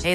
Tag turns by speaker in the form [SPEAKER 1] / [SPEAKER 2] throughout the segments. [SPEAKER 1] Hey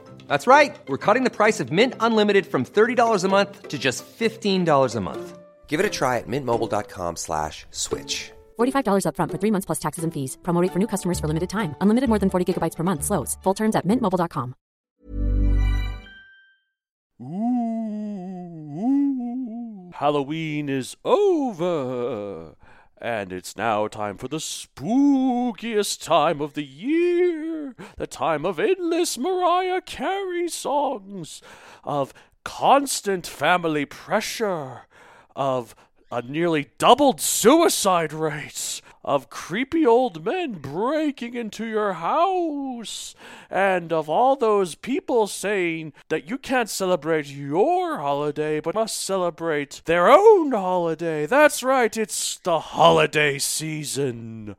[SPEAKER 2] That's right. We're cutting the price of Mint Unlimited from $30 a month to just $15 a month. Give it a try at mintmobile.com slash switch.
[SPEAKER 3] $45 upfront for three months plus taxes and fees. Promo rate for new customers for limited time. Unlimited more than 40 gigabytes per month. Slows. Full terms at mintmobile.com.
[SPEAKER 4] Ooh, Halloween is over, and it's now time for the spookiest time of the year the time of endless Mariah Carey songs, of constant family pressure, of a nearly doubled suicide rate of creepy old men breaking into your house and of all those people saying that you can't celebrate your holiday but must celebrate their own holiday. That's right, it's the holiday season.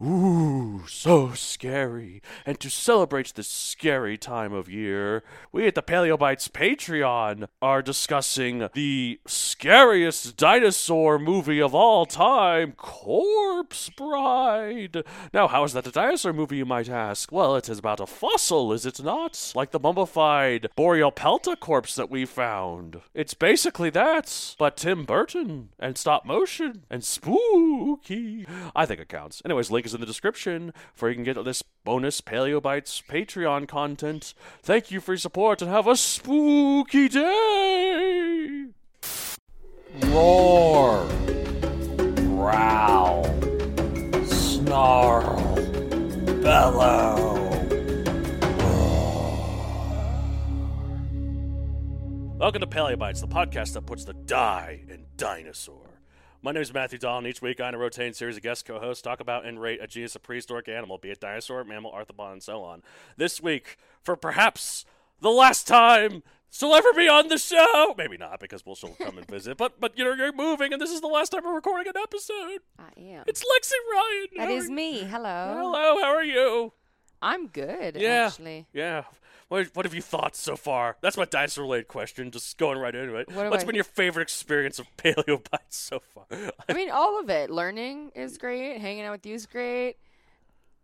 [SPEAKER 4] Ooh, so scary. And to celebrate this scary time of year, we at the Paleobites Patreon are discussing the scariest dinosaur movie of all time, Corpse Bride. Now, how is that a dinosaur movie, you might ask? Well, it is about a fossil, is it not? Like the mummified Boreopelta corpse that we found. It's basically that, but Tim Burton and stop motion and spooky. I think it counts. Anyways, link is in the description for you can get this bonus Paleobites Patreon content. Thank you for your support and have a spooky day.
[SPEAKER 5] roar, growl, snarl, bellow.
[SPEAKER 4] Welcome to Paleobites, the podcast that puts the die in dinosaur. My name is Matthew Dahl, and each week I and a rotating series of guest co-hosts talk about and rate a genus of prehistoric animal, be it dinosaur, mammal, arthropod, and so on. This week, for perhaps the last time she'll ever be on the show, maybe not because we'll she'll come and visit, but but you know you're moving, and this is the last time we're recording an episode.
[SPEAKER 6] I am.
[SPEAKER 4] It's Lexi Ryan.
[SPEAKER 6] That
[SPEAKER 4] How
[SPEAKER 6] is
[SPEAKER 4] are-
[SPEAKER 6] me. Hello.
[SPEAKER 4] Hello, how are you?
[SPEAKER 6] I'm good,
[SPEAKER 4] Yeah.
[SPEAKER 6] actually.
[SPEAKER 4] Yeah. What, what have you thought so far? That's my dinosaur related question. Just going right into it.
[SPEAKER 6] What have
[SPEAKER 4] What's
[SPEAKER 6] I-
[SPEAKER 4] been your favorite experience of paleo bites so far?
[SPEAKER 6] I mean, all of it. Learning is great. Hanging out with you is great.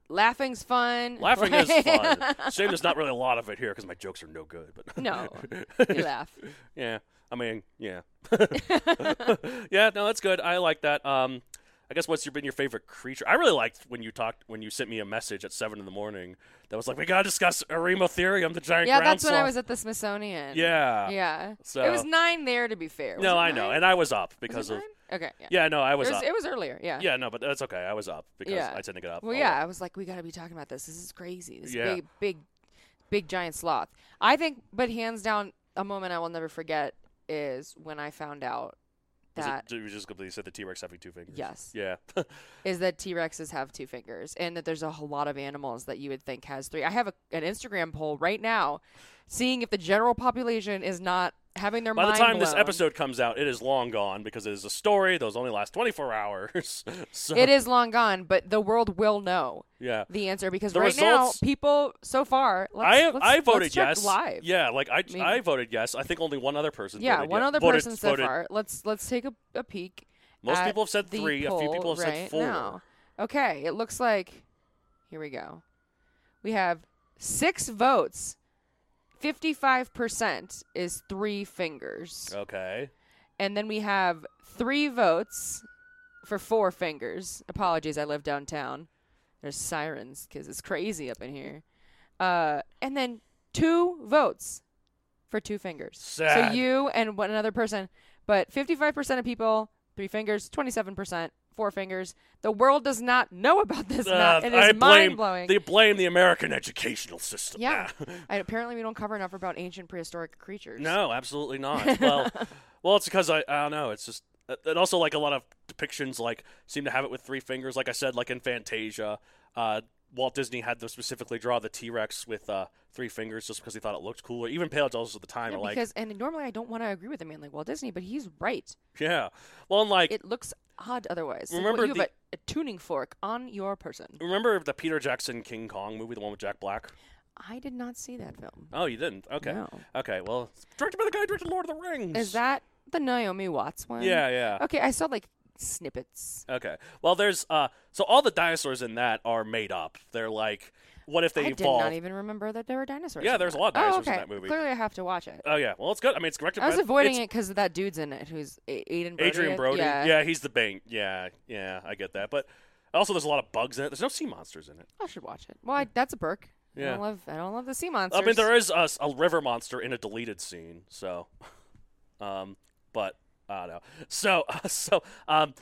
[SPEAKER 6] Laughing's fun.
[SPEAKER 4] Laughing
[SPEAKER 6] right?
[SPEAKER 4] is fun. Shame there's not really a lot of it here because my jokes are no good. But
[SPEAKER 6] no. You laugh.
[SPEAKER 4] yeah. I mean, yeah. yeah. No, that's good. I like that. Um, I guess what's your, been your favorite creature? I really liked when you talked when you sent me a message at seven in the morning that was like, "We gotta discuss Eremotherium, the giant
[SPEAKER 6] Yeah,
[SPEAKER 4] ground
[SPEAKER 6] that's when I
[SPEAKER 4] sloth."
[SPEAKER 6] was at the Smithsonian.
[SPEAKER 4] Yeah.
[SPEAKER 6] Yeah.
[SPEAKER 4] So-
[SPEAKER 6] It was nine there, to be fair. Was
[SPEAKER 4] No,
[SPEAKER 6] it
[SPEAKER 4] I know,
[SPEAKER 6] nine?
[SPEAKER 4] and I was up because
[SPEAKER 6] Was it
[SPEAKER 4] of.
[SPEAKER 6] nine? Okay. Yeah.
[SPEAKER 4] Yeah, no, I
[SPEAKER 6] It
[SPEAKER 4] was
[SPEAKER 6] was,
[SPEAKER 4] up.
[SPEAKER 6] it was earlier. Yeah.
[SPEAKER 4] Yeah, no, but that's okay. I was up because
[SPEAKER 6] Yeah.
[SPEAKER 4] I tend to get up.
[SPEAKER 6] Well,
[SPEAKER 4] all
[SPEAKER 6] yeah,
[SPEAKER 4] the-
[SPEAKER 6] I was like, we got to be talking about this. This is crazy. This
[SPEAKER 4] Yeah.
[SPEAKER 6] big, big, big giant sloth. I think, but hands down, a moment I will never forget is when I found out
[SPEAKER 4] Was it-
[SPEAKER 6] that
[SPEAKER 4] you just completely said the T Rex having two fingers.
[SPEAKER 6] Yes.
[SPEAKER 4] Yeah.
[SPEAKER 6] is that T Rexes have two fingers, and that there's a whole lot of animals that you would think has three. I have a, an Instagram poll right now, seeing if the general population is not having their
[SPEAKER 4] By the
[SPEAKER 6] mind
[SPEAKER 4] time this
[SPEAKER 6] blown.
[SPEAKER 4] episode comes out, it is long gone because it is a story. Those only last 24 hours. so,
[SPEAKER 6] It is long gone, but the world will know
[SPEAKER 4] Yeah.
[SPEAKER 6] the answer because
[SPEAKER 4] The
[SPEAKER 6] right
[SPEAKER 4] results-
[SPEAKER 6] now people so far. Let's,
[SPEAKER 4] I
[SPEAKER 6] let's-
[SPEAKER 4] I
[SPEAKER 6] let's
[SPEAKER 4] voted
[SPEAKER 6] check
[SPEAKER 4] yes.
[SPEAKER 6] Live.
[SPEAKER 4] Yeah, like I
[SPEAKER 6] Maybe.
[SPEAKER 4] I voted yes. I think only one other person.
[SPEAKER 6] Yeah,
[SPEAKER 4] voted
[SPEAKER 6] one
[SPEAKER 4] yes.
[SPEAKER 6] other
[SPEAKER 4] voted,
[SPEAKER 6] person so
[SPEAKER 4] voted-
[SPEAKER 6] far. Let's let's take a, a peek.
[SPEAKER 4] Most
[SPEAKER 6] at
[SPEAKER 4] people have said
[SPEAKER 6] the
[SPEAKER 4] three. a few
[SPEAKER 6] poll
[SPEAKER 4] people have
[SPEAKER 6] right
[SPEAKER 4] said four.
[SPEAKER 6] now. Okay, it looks like here we go. We have six votes. Fifty-five percent is three fingers,
[SPEAKER 4] Okay.
[SPEAKER 6] and then we have three votes for four fingers. Apologies, I live downtown. There's sirens because it's crazy up in here. Uh, and then two votes for two fingers.
[SPEAKER 4] Sad.
[SPEAKER 6] So you and one another person, but 55% of people Three fingers, 27%. Four fingers. The world does not know about this
[SPEAKER 4] Uh,
[SPEAKER 6] map. It is
[SPEAKER 4] I blame,
[SPEAKER 6] mind blowing.
[SPEAKER 4] They blame the American educational system.
[SPEAKER 6] yeah.
[SPEAKER 4] Ah.
[SPEAKER 6] I, apparently, we don't cover enough about ancient prehistoric creatures.
[SPEAKER 4] No, absolutely not. Well, well, it's because I, I don't know. It's just, uh, and also like a lot of depictions like seem to have it with three fingers. Like I said, like in Fantasia, uh, Walt Disney had them specifically draw the T Rex with uh, three fingers just because he thought it looked cooler. Even pale dolls at the time
[SPEAKER 6] Yeah,
[SPEAKER 4] are like,
[SPEAKER 6] because and normally I don't want to agree with a man like Walt Disney, but he's right.
[SPEAKER 4] yeah. Well, and like
[SPEAKER 6] It looks odd otherwise. Like, what,
[SPEAKER 4] Remember
[SPEAKER 6] you
[SPEAKER 4] the-
[SPEAKER 6] have a, a tuning fork on your person.
[SPEAKER 4] remember the Peter Jackson King Kong movie, the one with Jack Black?
[SPEAKER 6] I did not see that film.
[SPEAKER 4] Oh, you didn't? Okay,
[SPEAKER 6] No.
[SPEAKER 4] okay. Well, it's directed by the guy who directed Lord of the Rings.
[SPEAKER 6] Is that the Naomi Watts one?
[SPEAKER 4] Yeah, yeah.
[SPEAKER 6] Okay, I saw like snippets.
[SPEAKER 4] Okay. Well, there's uh, so all the dinosaurs in that are made up. They're like, what if they
[SPEAKER 6] I did
[SPEAKER 4] evolved?
[SPEAKER 6] not even remember that there were dinosaurs.
[SPEAKER 4] Yeah,
[SPEAKER 6] in
[SPEAKER 4] there's
[SPEAKER 6] that.
[SPEAKER 4] a lot of dinosaurs
[SPEAKER 6] oh,
[SPEAKER 4] in
[SPEAKER 6] okay.
[SPEAKER 4] that movie.
[SPEAKER 6] Clearly, I have to watch it.
[SPEAKER 4] Oh yeah, well it's good. I mean, it's directed.
[SPEAKER 6] I was
[SPEAKER 4] by,
[SPEAKER 6] avoiding
[SPEAKER 4] it's
[SPEAKER 6] it because that dude's in it, who's a- Aiden Brody.
[SPEAKER 4] Adrian
[SPEAKER 6] I-
[SPEAKER 4] Brody.
[SPEAKER 6] Yeah.
[SPEAKER 4] he's the bank. Yeah, yeah, I get that. But also, there's a lot of bugs in it. There's no sea monsters in it.
[SPEAKER 6] I should watch it. Well, I, that's a perk. I
[SPEAKER 4] Yeah.
[SPEAKER 6] don't love. I don't love the sea monsters.
[SPEAKER 4] I mean, there is a, a river monster in a deleted scene. So, um, but I don't know. So, so um,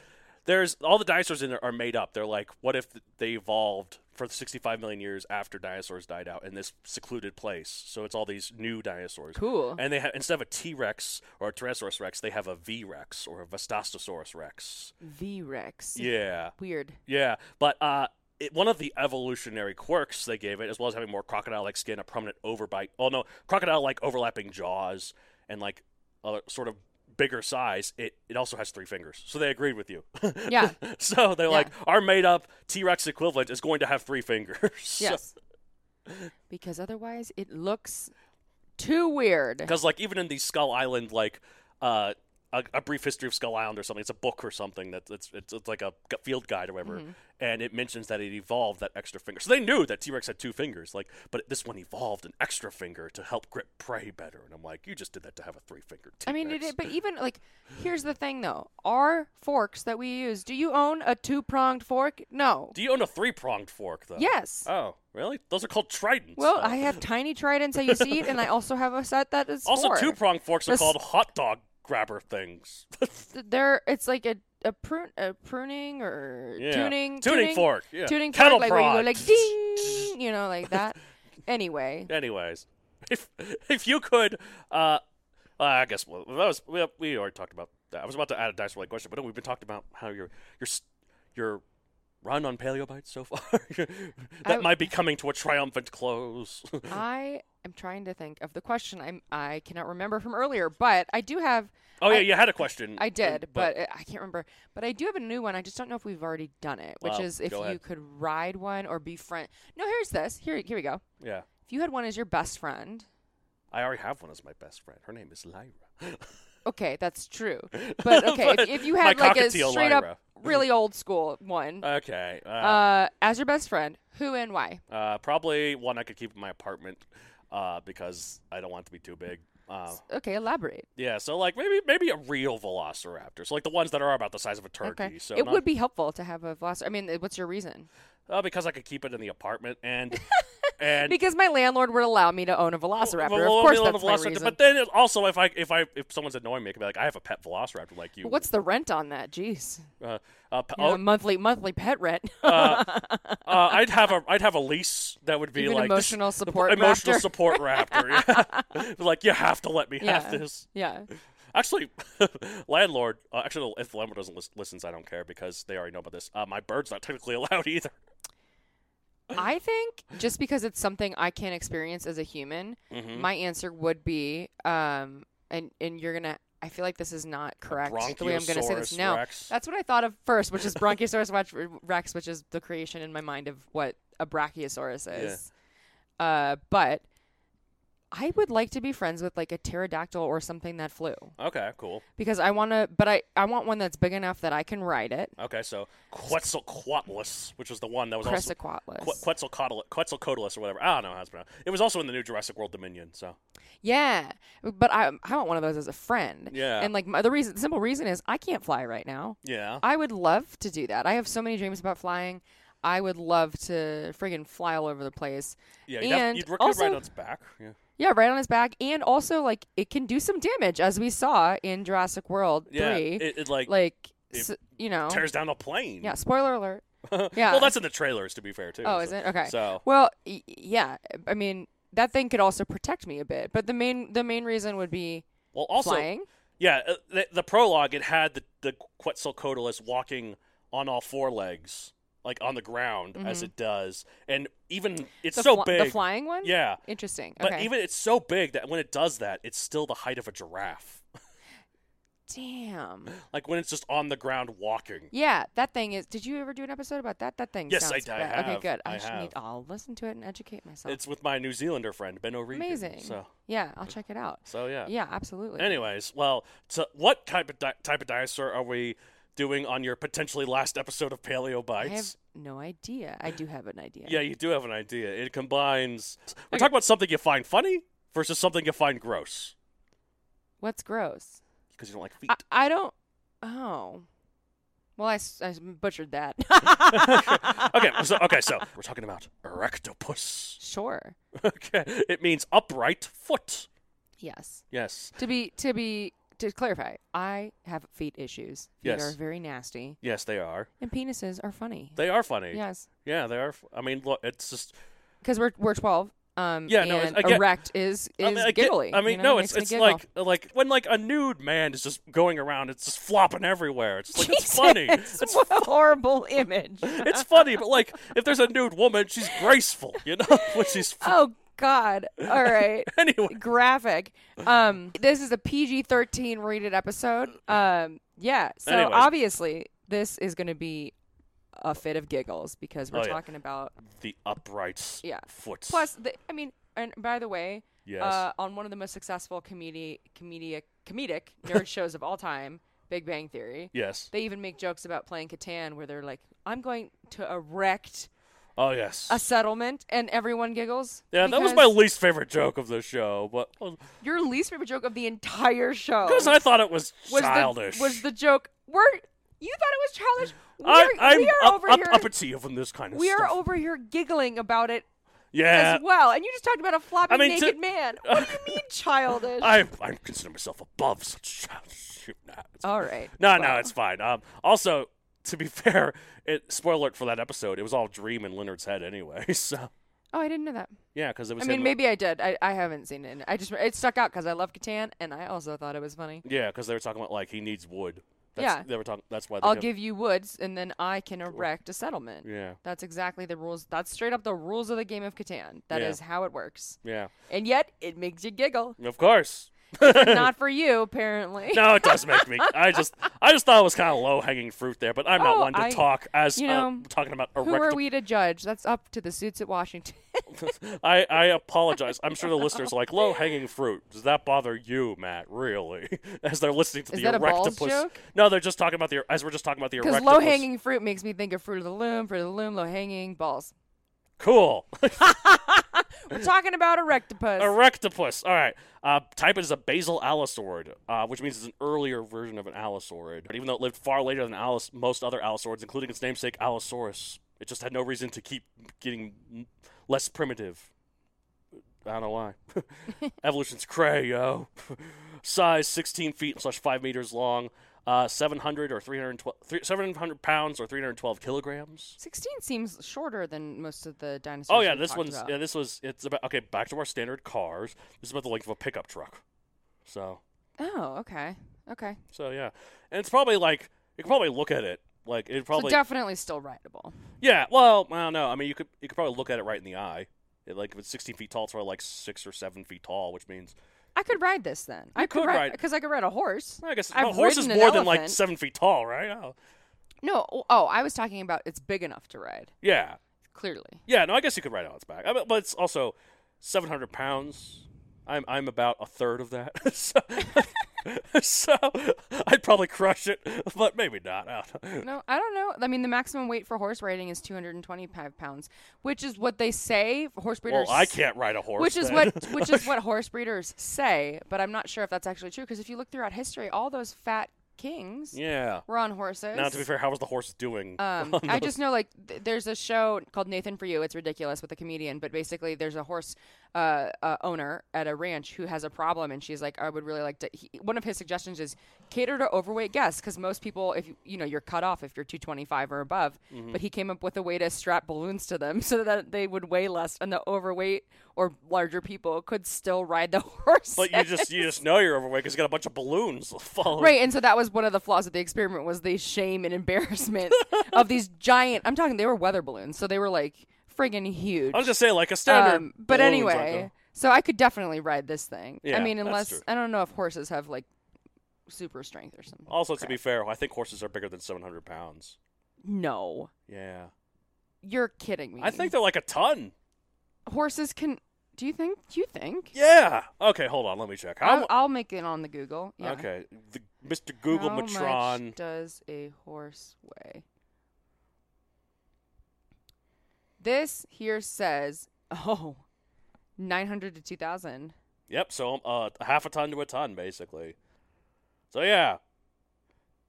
[SPEAKER 4] there's all the dinosaurs in there are made up. They're like, what if they evolved for 65 million years after dinosaurs died out in this secluded place? So it's all these new dinosaurs.
[SPEAKER 6] Cool.
[SPEAKER 4] And they have instead of a T Rex or a Tyrannosaurus Rex, they have a V Rex or a Vestostosaurus Rex.
[SPEAKER 6] V Rex.
[SPEAKER 4] Yeah.
[SPEAKER 6] Weird.
[SPEAKER 4] Yeah, but uh, it, one of the evolutionary quirks they gave it, as well as having more crocodile-like skin, a prominent overbite. Oh no, crocodile-like overlapping jaws, and like a sort of bigger size. It it also has three fingers, so they agreed with you.
[SPEAKER 6] Yeah.
[SPEAKER 4] so they're
[SPEAKER 6] Yeah.
[SPEAKER 4] like, our made-up T-Rex equivalent is going to have three fingers. So-
[SPEAKER 6] Yes. because otherwise, it looks too weird.
[SPEAKER 4] Because like even in the Skull Island, like uh, a, a brief history of Skull Island or something, it's a book or something that it's it's, it's like a gu- field guide or
[SPEAKER 6] Mm-hmm.
[SPEAKER 4] whatever, and it mentions that it evolved that extra finger. So they knew that T Rex had two fingers, like, but this one evolved an extra finger to help grip prey better. And I'm like, you just did that to have a three finger T Rex.
[SPEAKER 6] I mean, it, it- but even like, here's the thing though: our forks that we use. Do you own a two pronged fork? No.
[SPEAKER 4] Do you own a three pronged fork though?
[SPEAKER 6] Yes.
[SPEAKER 4] Oh, really? Those are called tridents.
[SPEAKER 6] well,
[SPEAKER 4] though.
[SPEAKER 6] I have tiny tridents that you see, and I also have a set that is
[SPEAKER 4] also
[SPEAKER 6] four.
[SPEAKER 4] two pronged forks are
[SPEAKER 6] This-
[SPEAKER 4] called hot dog grabber things.
[SPEAKER 6] Th- They're it's like a a, prune, a pruning or
[SPEAKER 4] Yeah.
[SPEAKER 6] tuning
[SPEAKER 4] Tuning fork, yeah.
[SPEAKER 6] tuning
[SPEAKER 4] Cattle
[SPEAKER 6] fork, like where you
[SPEAKER 4] prod.
[SPEAKER 6] go like ding, you know, like that. Anyway,
[SPEAKER 4] Anyways, if if you could, uh, uh, I guess well, that was we, we already talked about that. I was about to add a dice roll question, but no, we've been talking about how your your s- your run on paleobites so far that
[SPEAKER 6] I-
[SPEAKER 4] might be coming to a triumphant close.
[SPEAKER 6] I am trying to think of the question. I'm I cannot remember from earlier, but I do have.
[SPEAKER 4] oh yeah,
[SPEAKER 6] I-
[SPEAKER 4] you had a question.
[SPEAKER 6] I did,
[SPEAKER 4] uh,
[SPEAKER 6] but, it- I can't remember. But I do have a new one. I just don't know if we've already done it, which
[SPEAKER 4] Wow,
[SPEAKER 6] is if
[SPEAKER 4] go
[SPEAKER 6] you
[SPEAKER 4] ahead.
[SPEAKER 6] could ride one or befriend. No, here's this. Here, here we go.
[SPEAKER 4] yeah,
[SPEAKER 6] If you had one as your best friend,
[SPEAKER 4] I already have one as my best friend. Her name is Lyra.
[SPEAKER 6] okay, that's true. But okay,
[SPEAKER 4] But
[SPEAKER 6] if, if you
[SPEAKER 4] my
[SPEAKER 6] had like a
[SPEAKER 4] cockatiel
[SPEAKER 6] straight
[SPEAKER 4] Lyra.
[SPEAKER 6] up, really old school one,
[SPEAKER 4] okay, uh,
[SPEAKER 6] uh, as your best friend, who and why?
[SPEAKER 4] uh, probably one I could keep in my apartment uh, because I don't want it to be too big. Uh,
[SPEAKER 6] Okay, elaborate.
[SPEAKER 4] Yeah, so like maybe maybe a real velociraptor, so like the ones that are about the size of a turkey.
[SPEAKER 6] Okay,
[SPEAKER 4] So
[SPEAKER 6] it
[SPEAKER 4] not-
[SPEAKER 6] would be helpful to have a velociraptor. I mean, uh, what's your reason?
[SPEAKER 4] uh, because I could keep it in the apartment and and
[SPEAKER 6] Because my landlord would allow me to own a velociraptor.
[SPEAKER 4] Well,
[SPEAKER 6] of
[SPEAKER 4] well,
[SPEAKER 6] course,
[SPEAKER 4] we'll own a
[SPEAKER 6] that's my reason.
[SPEAKER 4] But then it also, if I if I if someone's annoying me, I could be like, I have a pet velociraptor, like you.
[SPEAKER 6] What's the rent on that? Jeez,
[SPEAKER 4] uh, uh, pe-
[SPEAKER 6] You know,
[SPEAKER 4] oh,
[SPEAKER 6] monthly monthly pet rent.
[SPEAKER 4] uh, I'd have a I'd have a lease that would be
[SPEAKER 6] Even
[SPEAKER 4] like this-
[SPEAKER 6] emotional
[SPEAKER 4] the
[SPEAKER 6] support
[SPEAKER 4] emotional
[SPEAKER 6] raptor.
[SPEAKER 4] support raptor. Yeah. like you have to let me
[SPEAKER 6] yeah.
[SPEAKER 4] have this.
[SPEAKER 6] Yeah.
[SPEAKER 4] Actually, landlord. Uh, actually, if the landlord doesn't lis- listens, I don't care because they already know about this. Uh, my bird's not technically allowed either.
[SPEAKER 6] I think just because it's something I can't experience as a human,
[SPEAKER 4] Mm-hmm.
[SPEAKER 6] my answer would be, um, and and you're gonna. I feel like this is not correct. The way I'm gonna say this
[SPEAKER 4] Bronchiosaurus
[SPEAKER 6] now.
[SPEAKER 4] Rex.
[SPEAKER 6] That's what I thought of first, which is Bronchiosaurus Rex- Rex, which is the creation in my mind of what a Brachiosaurus is. Uh, but I would like to be friends with like a pterodactyl or something that flew
[SPEAKER 4] Okay, cool.
[SPEAKER 6] because I want to. But I I want one that's big enough that I can ride it.
[SPEAKER 4] Okay, so Quetzalcoatlus, which was the one that was also
[SPEAKER 6] Cressiquatlus.
[SPEAKER 4] Que- Quetzalcoatl- Quetzalcoatlus or whatever. I don't know how it's pronounced. It was also in the new Jurassic World Dominion. So
[SPEAKER 6] Yeah, but I I want one of those as a friend.
[SPEAKER 4] Yeah.
[SPEAKER 6] and like my, the reason, the simple reason is I can't fly right now.
[SPEAKER 4] yeah,
[SPEAKER 6] I would love to do that. I have so many dreams about flying. I would love to friggin' fly all over the place.
[SPEAKER 4] yeah. You'd,
[SPEAKER 6] and
[SPEAKER 4] have, you'd work it
[SPEAKER 6] also,
[SPEAKER 4] right on its back. Yeah.
[SPEAKER 6] yeah, right on his back, and also like it can do some damage, as we saw in Jurassic World
[SPEAKER 4] Yeah,
[SPEAKER 6] Three.
[SPEAKER 4] it- it, like-
[SPEAKER 6] like
[SPEAKER 4] It
[SPEAKER 6] s- you know.
[SPEAKER 4] tears down a plane.
[SPEAKER 6] Yeah, spoiler alert. yeah.
[SPEAKER 4] well, that's in the trailers, to be fair, too.
[SPEAKER 6] Oh, is it? Okay.
[SPEAKER 4] So
[SPEAKER 6] Well, y- yeah. I mean, that thing could also protect me a bit, but the main the main reason would be
[SPEAKER 4] well, also,
[SPEAKER 6] flying.
[SPEAKER 4] yeah, uh, the, the prologue it had the, the Quetzalcoatl as walking on all four legs, like on the ground, as it does, and even it's
[SPEAKER 6] Mm-hmm. The
[SPEAKER 4] so
[SPEAKER 6] fl-
[SPEAKER 4] big.
[SPEAKER 6] The flying one.
[SPEAKER 4] Yeah.
[SPEAKER 6] Interesting.
[SPEAKER 4] But
[SPEAKER 6] okay.
[SPEAKER 4] even it's so big that when it does that, it's still the height of a giraffe.
[SPEAKER 6] Damn.
[SPEAKER 4] Like when it's just on the ground walking.
[SPEAKER 6] Yeah, that thing is. Did you ever do an episode about that? That thing.
[SPEAKER 4] Yes, I
[SPEAKER 6] sounds
[SPEAKER 4] d- I
[SPEAKER 6] bad. Okay,
[SPEAKER 4] have.
[SPEAKER 6] good. I,
[SPEAKER 4] I
[SPEAKER 6] should
[SPEAKER 4] have.
[SPEAKER 6] need. I'll listen to it and educate myself.
[SPEAKER 4] It's with my New Zealander friend Ben O'Regan.
[SPEAKER 6] amazing.
[SPEAKER 4] So,
[SPEAKER 6] Yeah, I'll check it out.
[SPEAKER 4] so yeah.
[SPEAKER 6] Yeah, absolutely.
[SPEAKER 4] Anyways, well, so what type of di- type of dinosaur are we doing on your potentially last episode of Paleo
[SPEAKER 6] I
[SPEAKER 4] Bites?
[SPEAKER 6] have no idea. I do have an idea.
[SPEAKER 4] Yeah, you do have an idea. It combines. We're talking about something you find funny versus something you find gross
[SPEAKER 6] What's gross?
[SPEAKER 4] because you don't like feet.
[SPEAKER 6] I, I don't. Oh. Well, I, s- I s- butchered that.
[SPEAKER 4] okay, so okay, so we're talking about erectopus.
[SPEAKER 6] sure.
[SPEAKER 4] Okay, it means upright foot.
[SPEAKER 6] Yes.
[SPEAKER 4] Yes,
[SPEAKER 6] To be to be to clarify, I have feet issues. Feet
[SPEAKER 4] Yes.
[SPEAKER 6] are very nasty,
[SPEAKER 4] yes, they are.
[SPEAKER 6] and penises are funny.
[SPEAKER 4] They are funny.
[SPEAKER 6] Yes.
[SPEAKER 4] Yeah, they are. f- I mean, look, it's just.
[SPEAKER 6] because we're we're twelve. Um,
[SPEAKER 4] Yeah, no, it's-
[SPEAKER 6] and
[SPEAKER 4] I get-
[SPEAKER 6] erect is is
[SPEAKER 4] I mean, I get-
[SPEAKER 6] giggly.
[SPEAKER 4] I mean,
[SPEAKER 6] you know,
[SPEAKER 4] no, it's
[SPEAKER 6] makes me
[SPEAKER 4] it's
[SPEAKER 6] giggle.
[SPEAKER 4] like like when like a nude man is just going around, it's just flopping everywhere. It's like
[SPEAKER 6] Jesus,
[SPEAKER 4] it's funny. It's
[SPEAKER 6] what a horrible image.
[SPEAKER 4] it's funny, but like if there's a nude woman, she's graceful, you know, when she's. f-
[SPEAKER 6] oh God! All right.
[SPEAKER 4] Anyway.
[SPEAKER 6] graphic. Um, this is a PG thirteen rated episode. Um, yeah. So
[SPEAKER 4] Anyways.
[SPEAKER 6] obviously, this is going to be a fit of giggles because we're
[SPEAKER 4] Oh, yeah.
[SPEAKER 6] talking about
[SPEAKER 4] the upright
[SPEAKER 6] Yeah.
[SPEAKER 4] foot.
[SPEAKER 6] plus. The, I mean, and by the way,
[SPEAKER 4] Yes.
[SPEAKER 6] uh, on one of the most successful comedi comedic comedic nerd shows of all time, Big Bang Theory.
[SPEAKER 4] yes.
[SPEAKER 6] They even make jokes about playing Catan where they're like, I'm going to erect
[SPEAKER 4] oh yes.
[SPEAKER 6] a settlement, and everyone giggles.
[SPEAKER 4] yeah, that was my
[SPEAKER 6] because
[SPEAKER 4] least favorite joke of the show, but
[SPEAKER 6] Your least favorite joke of the entire show.
[SPEAKER 4] because I thought it was,
[SPEAKER 6] Oh. was
[SPEAKER 4] childish.
[SPEAKER 6] The, was the joke. We're. You thought it was childish?
[SPEAKER 4] I,
[SPEAKER 6] We're,
[SPEAKER 4] I'm
[SPEAKER 6] we are
[SPEAKER 4] up,
[SPEAKER 6] over
[SPEAKER 4] up,
[SPEAKER 6] here.
[SPEAKER 4] uppity from this kind of
[SPEAKER 6] we are
[SPEAKER 4] stuff.
[SPEAKER 6] over here giggling about it
[SPEAKER 4] yeah.
[SPEAKER 6] as well. And you just talked about a floppy
[SPEAKER 4] I mean, to-
[SPEAKER 6] naked man. What do you mean childish?
[SPEAKER 4] I I consider myself above such childish. Nah, it's-
[SPEAKER 6] all right.
[SPEAKER 4] No, no,
[SPEAKER 6] well,
[SPEAKER 4] it's fine. Um, also, to be fair, it spoiler alert for that episode. It was all dream in Leonard's head anyway. So
[SPEAKER 6] Oh, I didn't know that.
[SPEAKER 4] yeah, because it was.
[SPEAKER 6] I mean,
[SPEAKER 4] him-
[SPEAKER 6] maybe I did. I, I haven't seen it. I just it stuck out because I love Catan, and I also thought it was funny.
[SPEAKER 4] Yeah, because they were talking about like he needs wood. That's,
[SPEAKER 6] Yeah.
[SPEAKER 4] they were talking. That's why. They
[SPEAKER 6] I'll
[SPEAKER 4] kept-
[SPEAKER 6] give you woods, and then I can erect a settlement.
[SPEAKER 4] Yeah.
[SPEAKER 6] That's exactly the rules. That's straight up the rules of the game of Catan. That is
[SPEAKER 4] Yeah.
[SPEAKER 6] how it works.
[SPEAKER 4] Yeah,
[SPEAKER 6] And yet, it makes you giggle.
[SPEAKER 4] of course.
[SPEAKER 6] Not for you, apparently.
[SPEAKER 4] No, it does make me. I just, I just thought it was kind of low hanging fruit there, but I'm not
[SPEAKER 6] Oh,
[SPEAKER 4] one to
[SPEAKER 6] I-
[SPEAKER 4] talk as
[SPEAKER 6] you
[SPEAKER 4] uh,
[SPEAKER 6] know,
[SPEAKER 4] talking about
[SPEAKER 6] Who are
[SPEAKER 4] erectable.
[SPEAKER 6] we to judge? That's up to the suits at Washington.
[SPEAKER 4] I, I apologize. I'm sure the listeners are like low hanging fruit. Does that bother you, Matt? Really? As they're listening to
[SPEAKER 6] Is
[SPEAKER 4] the
[SPEAKER 6] that a balls
[SPEAKER 4] erectopus.
[SPEAKER 6] joke?
[SPEAKER 4] No, they're just talking about the as we're just talking about the
[SPEAKER 6] Because
[SPEAKER 4] erectopus.
[SPEAKER 6] low hanging fruit makes me think of Fruit of the Loom, Fruit of the Loom, low hanging balls.
[SPEAKER 4] Cool.
[SPEAKER 6] We're talking about erectopus.
[SPEAKER 4] Erectopus. All right. Uh, type it as a basal allosaurid, uh, which means it's an earlier version of an allosaurid. But even though it lived far later than allos- most other allosaurids, including its namesake Allosaurus, it just had no reason to keep getting m- less primitive. I don't know why. Evolution's cray, yo. Size 16 feet slash 5 meters long. Uh, 700 or 312, three- 700 pounds or 312 kilograms.
[SPEAKER 6] 16 seems shorter than most of the dinosaurs.
[SPEAKER 4] Oh yeah,
[SPEAKER 6] we've
[SPEAKER 4] this
[SPEAKER 6] talked
[SPEAKER 4] one's
[SPEAKER 6] about.
[SPEAKER 4] yeah, this was it's about okay, back to our standard cars. This is about the length of a pickup truck. So
[SPEAKER 6] Oh, okay. Okay.
[SPEAKER 4] so yeah. And it's probably like you could probably look at it. Like it probably
[SPEAKER 6] So definitely still rideable.
[SPEAKER 4] Yeah, well, I don't know. I mean you could you could probably look at it right in the eye. It, like if it's sixteen feet tall, it's probably like six or seven feet tall, which means
[SPEAKER 6] I could ride this then. I could,
[SPEAKER 4] could
[SPEAKER 6] ride
[SPEAKER 4] ride-
[SPEAKER 6] because I could ride a horse.
[SPEAKER 4] I guess
[SPEAKER 6] I've
[SPEAKER 4] a horse is
[SPEAKER 6] ridden an
[SPEAKER 4] more than like
[SPEAKER 6] elephant.
[SPEAKER 4] seven feet tall, right? Oh.
[SPEAKER 6] No, oh, oh, I was talking about it's big enough to ride.
[SPEAKER 4] Yeah.
[SPEAKER 6] Clearly,
[SPEAKER 4] Yeah, no, I guess you could ride it on its back. I mean, but it's also seven hundred pounds. I'm I'm about a third of that. so, so I'd probably crush it, but maybe not. I don't know.
[SPEAKER 6] no, I don't know. I mean, the maximum weight for horse riding is 225 pounds, which is what they say horse breeders.
[SPEAKER 4] Well, I can't ride a horse.
[SPEAKER 6] Which is
[SPEAKER 4] then.
[SPEAKER 6] what which is what horse breeders say, but I'm not sure if that's actually true because if you look throughout history, all those fat kings
[SPEAKER 4] yeah.
[SPEAKER 6] were on horses.
[SPEAKER 4] Now, to be fair, how was the horse doing?
[SPEAKER 6] Um, I just know like th- there's a show called Nathan for You. It's ridiculous with a comedian, but basically there's a horse uh, uh, owner at a ranch who has a problem, and she's like, I would really like to. He, one of his suggestions is cater to overweight guests because most people, if you- you know, you're cut off if you're 225 or above. But he came up with a way to strap balloons to them so that they would weigh less, and the overweight or larger people could still ride the horse.
[SPEAKER 4] But you just you just know you're overweight because you got a bunch of balloons following.
[SPEAKER 6] Right, and so that was one of the flaws of the experiment was the shame and embarrassment of these giant. I'm talking, they were weather balloons, so they were like friggin' huge.
[SPEAKER 4] I was just saying, like a standard.
[SPEAKER 6] Um,
[SPEAKER 4] balloon's
[SPEAKER 6] but
[SPEAKER 4] not
[SPEAKER 6] anyway,
[SPEAKER 4] gonna-
[SPEAKER 6] so I could definitely ride this thing.
[SPEAKER 4] Yeah,
[SPEAKER 6] I mean,
[SPEAKER 4] that's
[SPEAKER 6] unless
[SPEAKER 4] true.
[SPEAKER 6] I don't know if horses have like super strength or something.
[SPEAKER 4] Also, to be fair, I think horses are bigger than 700 pounds.
[SPEAKER 6] no,
[SPEAKER 4] Yeah,
[SPEAKER 6] you're kidding me.
[SPEAKER 4] I think they're like a ton.
[SPEAKER 6] horses can. Do you think? Do you think?
[SPEAKER 4] Yeah. Okay, hold on. Let me check. How?
[SPEAKER 6] I'll, I'll make it on the Google. Yeah.
[SPEAKER 4] Okay, the, Mr. Google
[SPEAKER 6] How
[SPEAKER 4] Matron.
[SPEAKER 6] much does a horse weigh? This here says, oh, 900 to 2,000.
[SPEAKER 4] Yep. So uh, half a ton to a ton, basically. So yeah,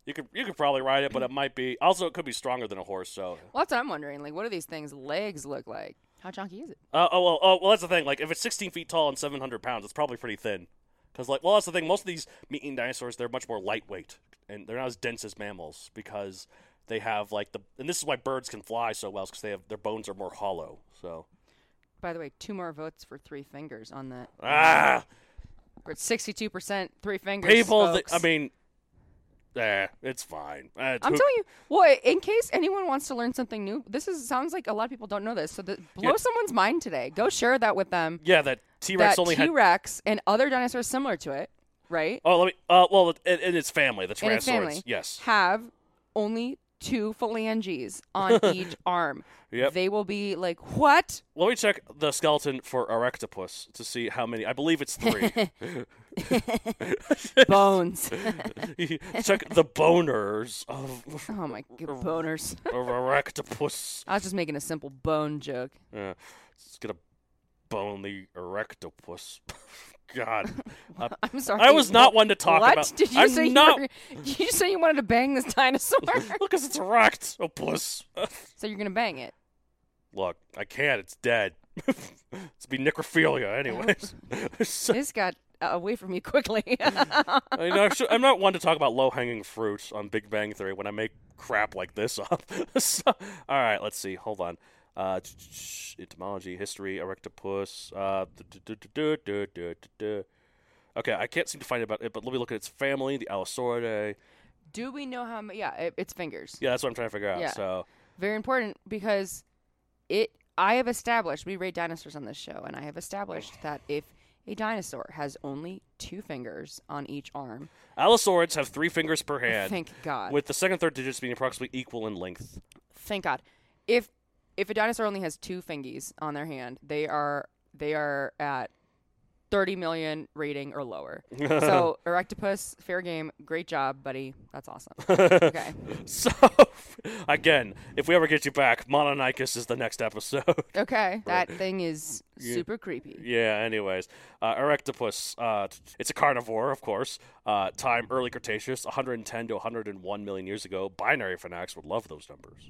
[SPEAKER 4] you could you could probably ride it, but it might be also it could be stronger than a horse. So
[SPEAKER 6] Well, that's what I'm wondering. Like, what do these things' legs look like? How chunky is it?
[SPEAKER 4] uh, oh well oh well that's the thing. Like if it's 16 feet tall and 700 pounds, it's probably pretty thin. Because like well that's the thing. Most of these meat-eating dinosaurs they're much more lightweight and they're not as dense as mammals because they have like the and this is why birds can fly so well because they have their bones are more hollow. So
[SPEAKER 6] By the way, two more votes for three fingers on that.
[SPEAKER 4] ah
[SPEAKER 6] We're at 62%, three fingers.
[SPEAKER 4] people. That, I
[SPEAKER 6] folks.
[SPEAKER 4] mean. Eh, it's fine. Eh,
[SPEAKER 6] I'm
[SPEAKER 4] who-
[SPEAKER 6] telling you, well, in case anyone wants to learn something new, this is sounds like a lot of people don't know this. So the, blow
[SPEAKER 4] Yeah.
[SPEAKER 6] someone's mind today. Go share that with them.
[SPEAKER 4] Yeah, that T Rex
[SPEAKER 6] that
[SPEAKER 4] only had
[SPEAKER 6] T-Rex and other dinosaurs similar to it, right?
[SPEAKER 4] Oh, let me. Uh, well, it- and, and its family, the
[SPEAKER 6] and
[SPEAKER 4] Tyrannosaurus.
[SPEAKER 6] its family
[SPEAKER 4] Yes.
[SPEAKER 6] have only two phalanges on each arm.
[SPEAKER 4] Yep.
[SPEAKER 6] They will be like, what?
[SPEAKER 4] Let me check the skeleton for Erectopus to see how many. I believe it's three.
[SPEAKER 6] Bones.
[SPEAKER 4] check the boners of,
[SPEAKER 6] oh my good boners.
[SPEAKER 4] of Erectopus.
[SPEAKER 6] I was just making a simple bone joke.
[SPEAKER 4] Yeah. It's gonna bone the Erectopus. God, Uh,
[SPEAKER 6] I'm sorry.
[SPEAKER 4] I was not
[SPEAKER 6] what-
[SPEAKER 4] one to talk
[SPEAKER 6] what?
[SPEAKER 4] about-
[SPEAKER 6] Did you
[SPEAKER 4] I'm
[SPEAKER 6] say
[SPEAKER 4] not-
[SPEAKER 6] You, were, did you say you wanted to bang this dinosaur?
[SPEAKER 4] look, it's Erectopus.
[SPEAKER 6] so you're gonna bang it.
[SPEAKER 4] look, I can't. It's dead. it's be necrophilia, anyways. So-
[SPEAKER 6] This got uh, away from me quickly.
[SPEAKER 4] I mean, I should- I'm not one to talk about low hanging fruit on Big Bang Theory when I make crap like this up. so, all right, let's see. Hold on. Uh, t- t- t- entomology, history, erectopus. Uh, du- du- du- du- du- du- du- du. okay, I can't seem to find about it, but let me look at its family, the Allosauridae.
[SPEAKER 6] Do we know how? many? Yeah, it, it's fingers.
[SPEAKER 4] Yeah, that's what I'm trying to figure out.
[SPEAKER 6] Yeah.
[SPEAKER 4] So,
[SPEAKER 6] very important because it I have established we rate dinosaurs on this show and I have established that if a dinosaur has only two fingers on each arm,
[SPEAKER 4] Allosaurids have three fingers per hand.
[SPEAKER 6] Oh, thank God.
[SPEAKER 4] With the second, third digits being approximately equal in length.
[SPEAKER 6] thank God. If if a dinosaur only has two fingies on their hand, they are they are at 30 million rating or lower. so, Erectopus, fair game. Great job, buddy. That's awesome. Okay.
[SPEAKER 4] So, again, if we ever get you back, Mononicus is the next episode.
[SPEAKER 6] Okay. That thing is super creepy.
[SPEAKER 4] Yeah, anyways. Uh, Erectopus, uh, t- it's a carnivore, of course. Uh, time early Cretaceous, 110 to 101 million years ago. Binary fanatics would love those numbers.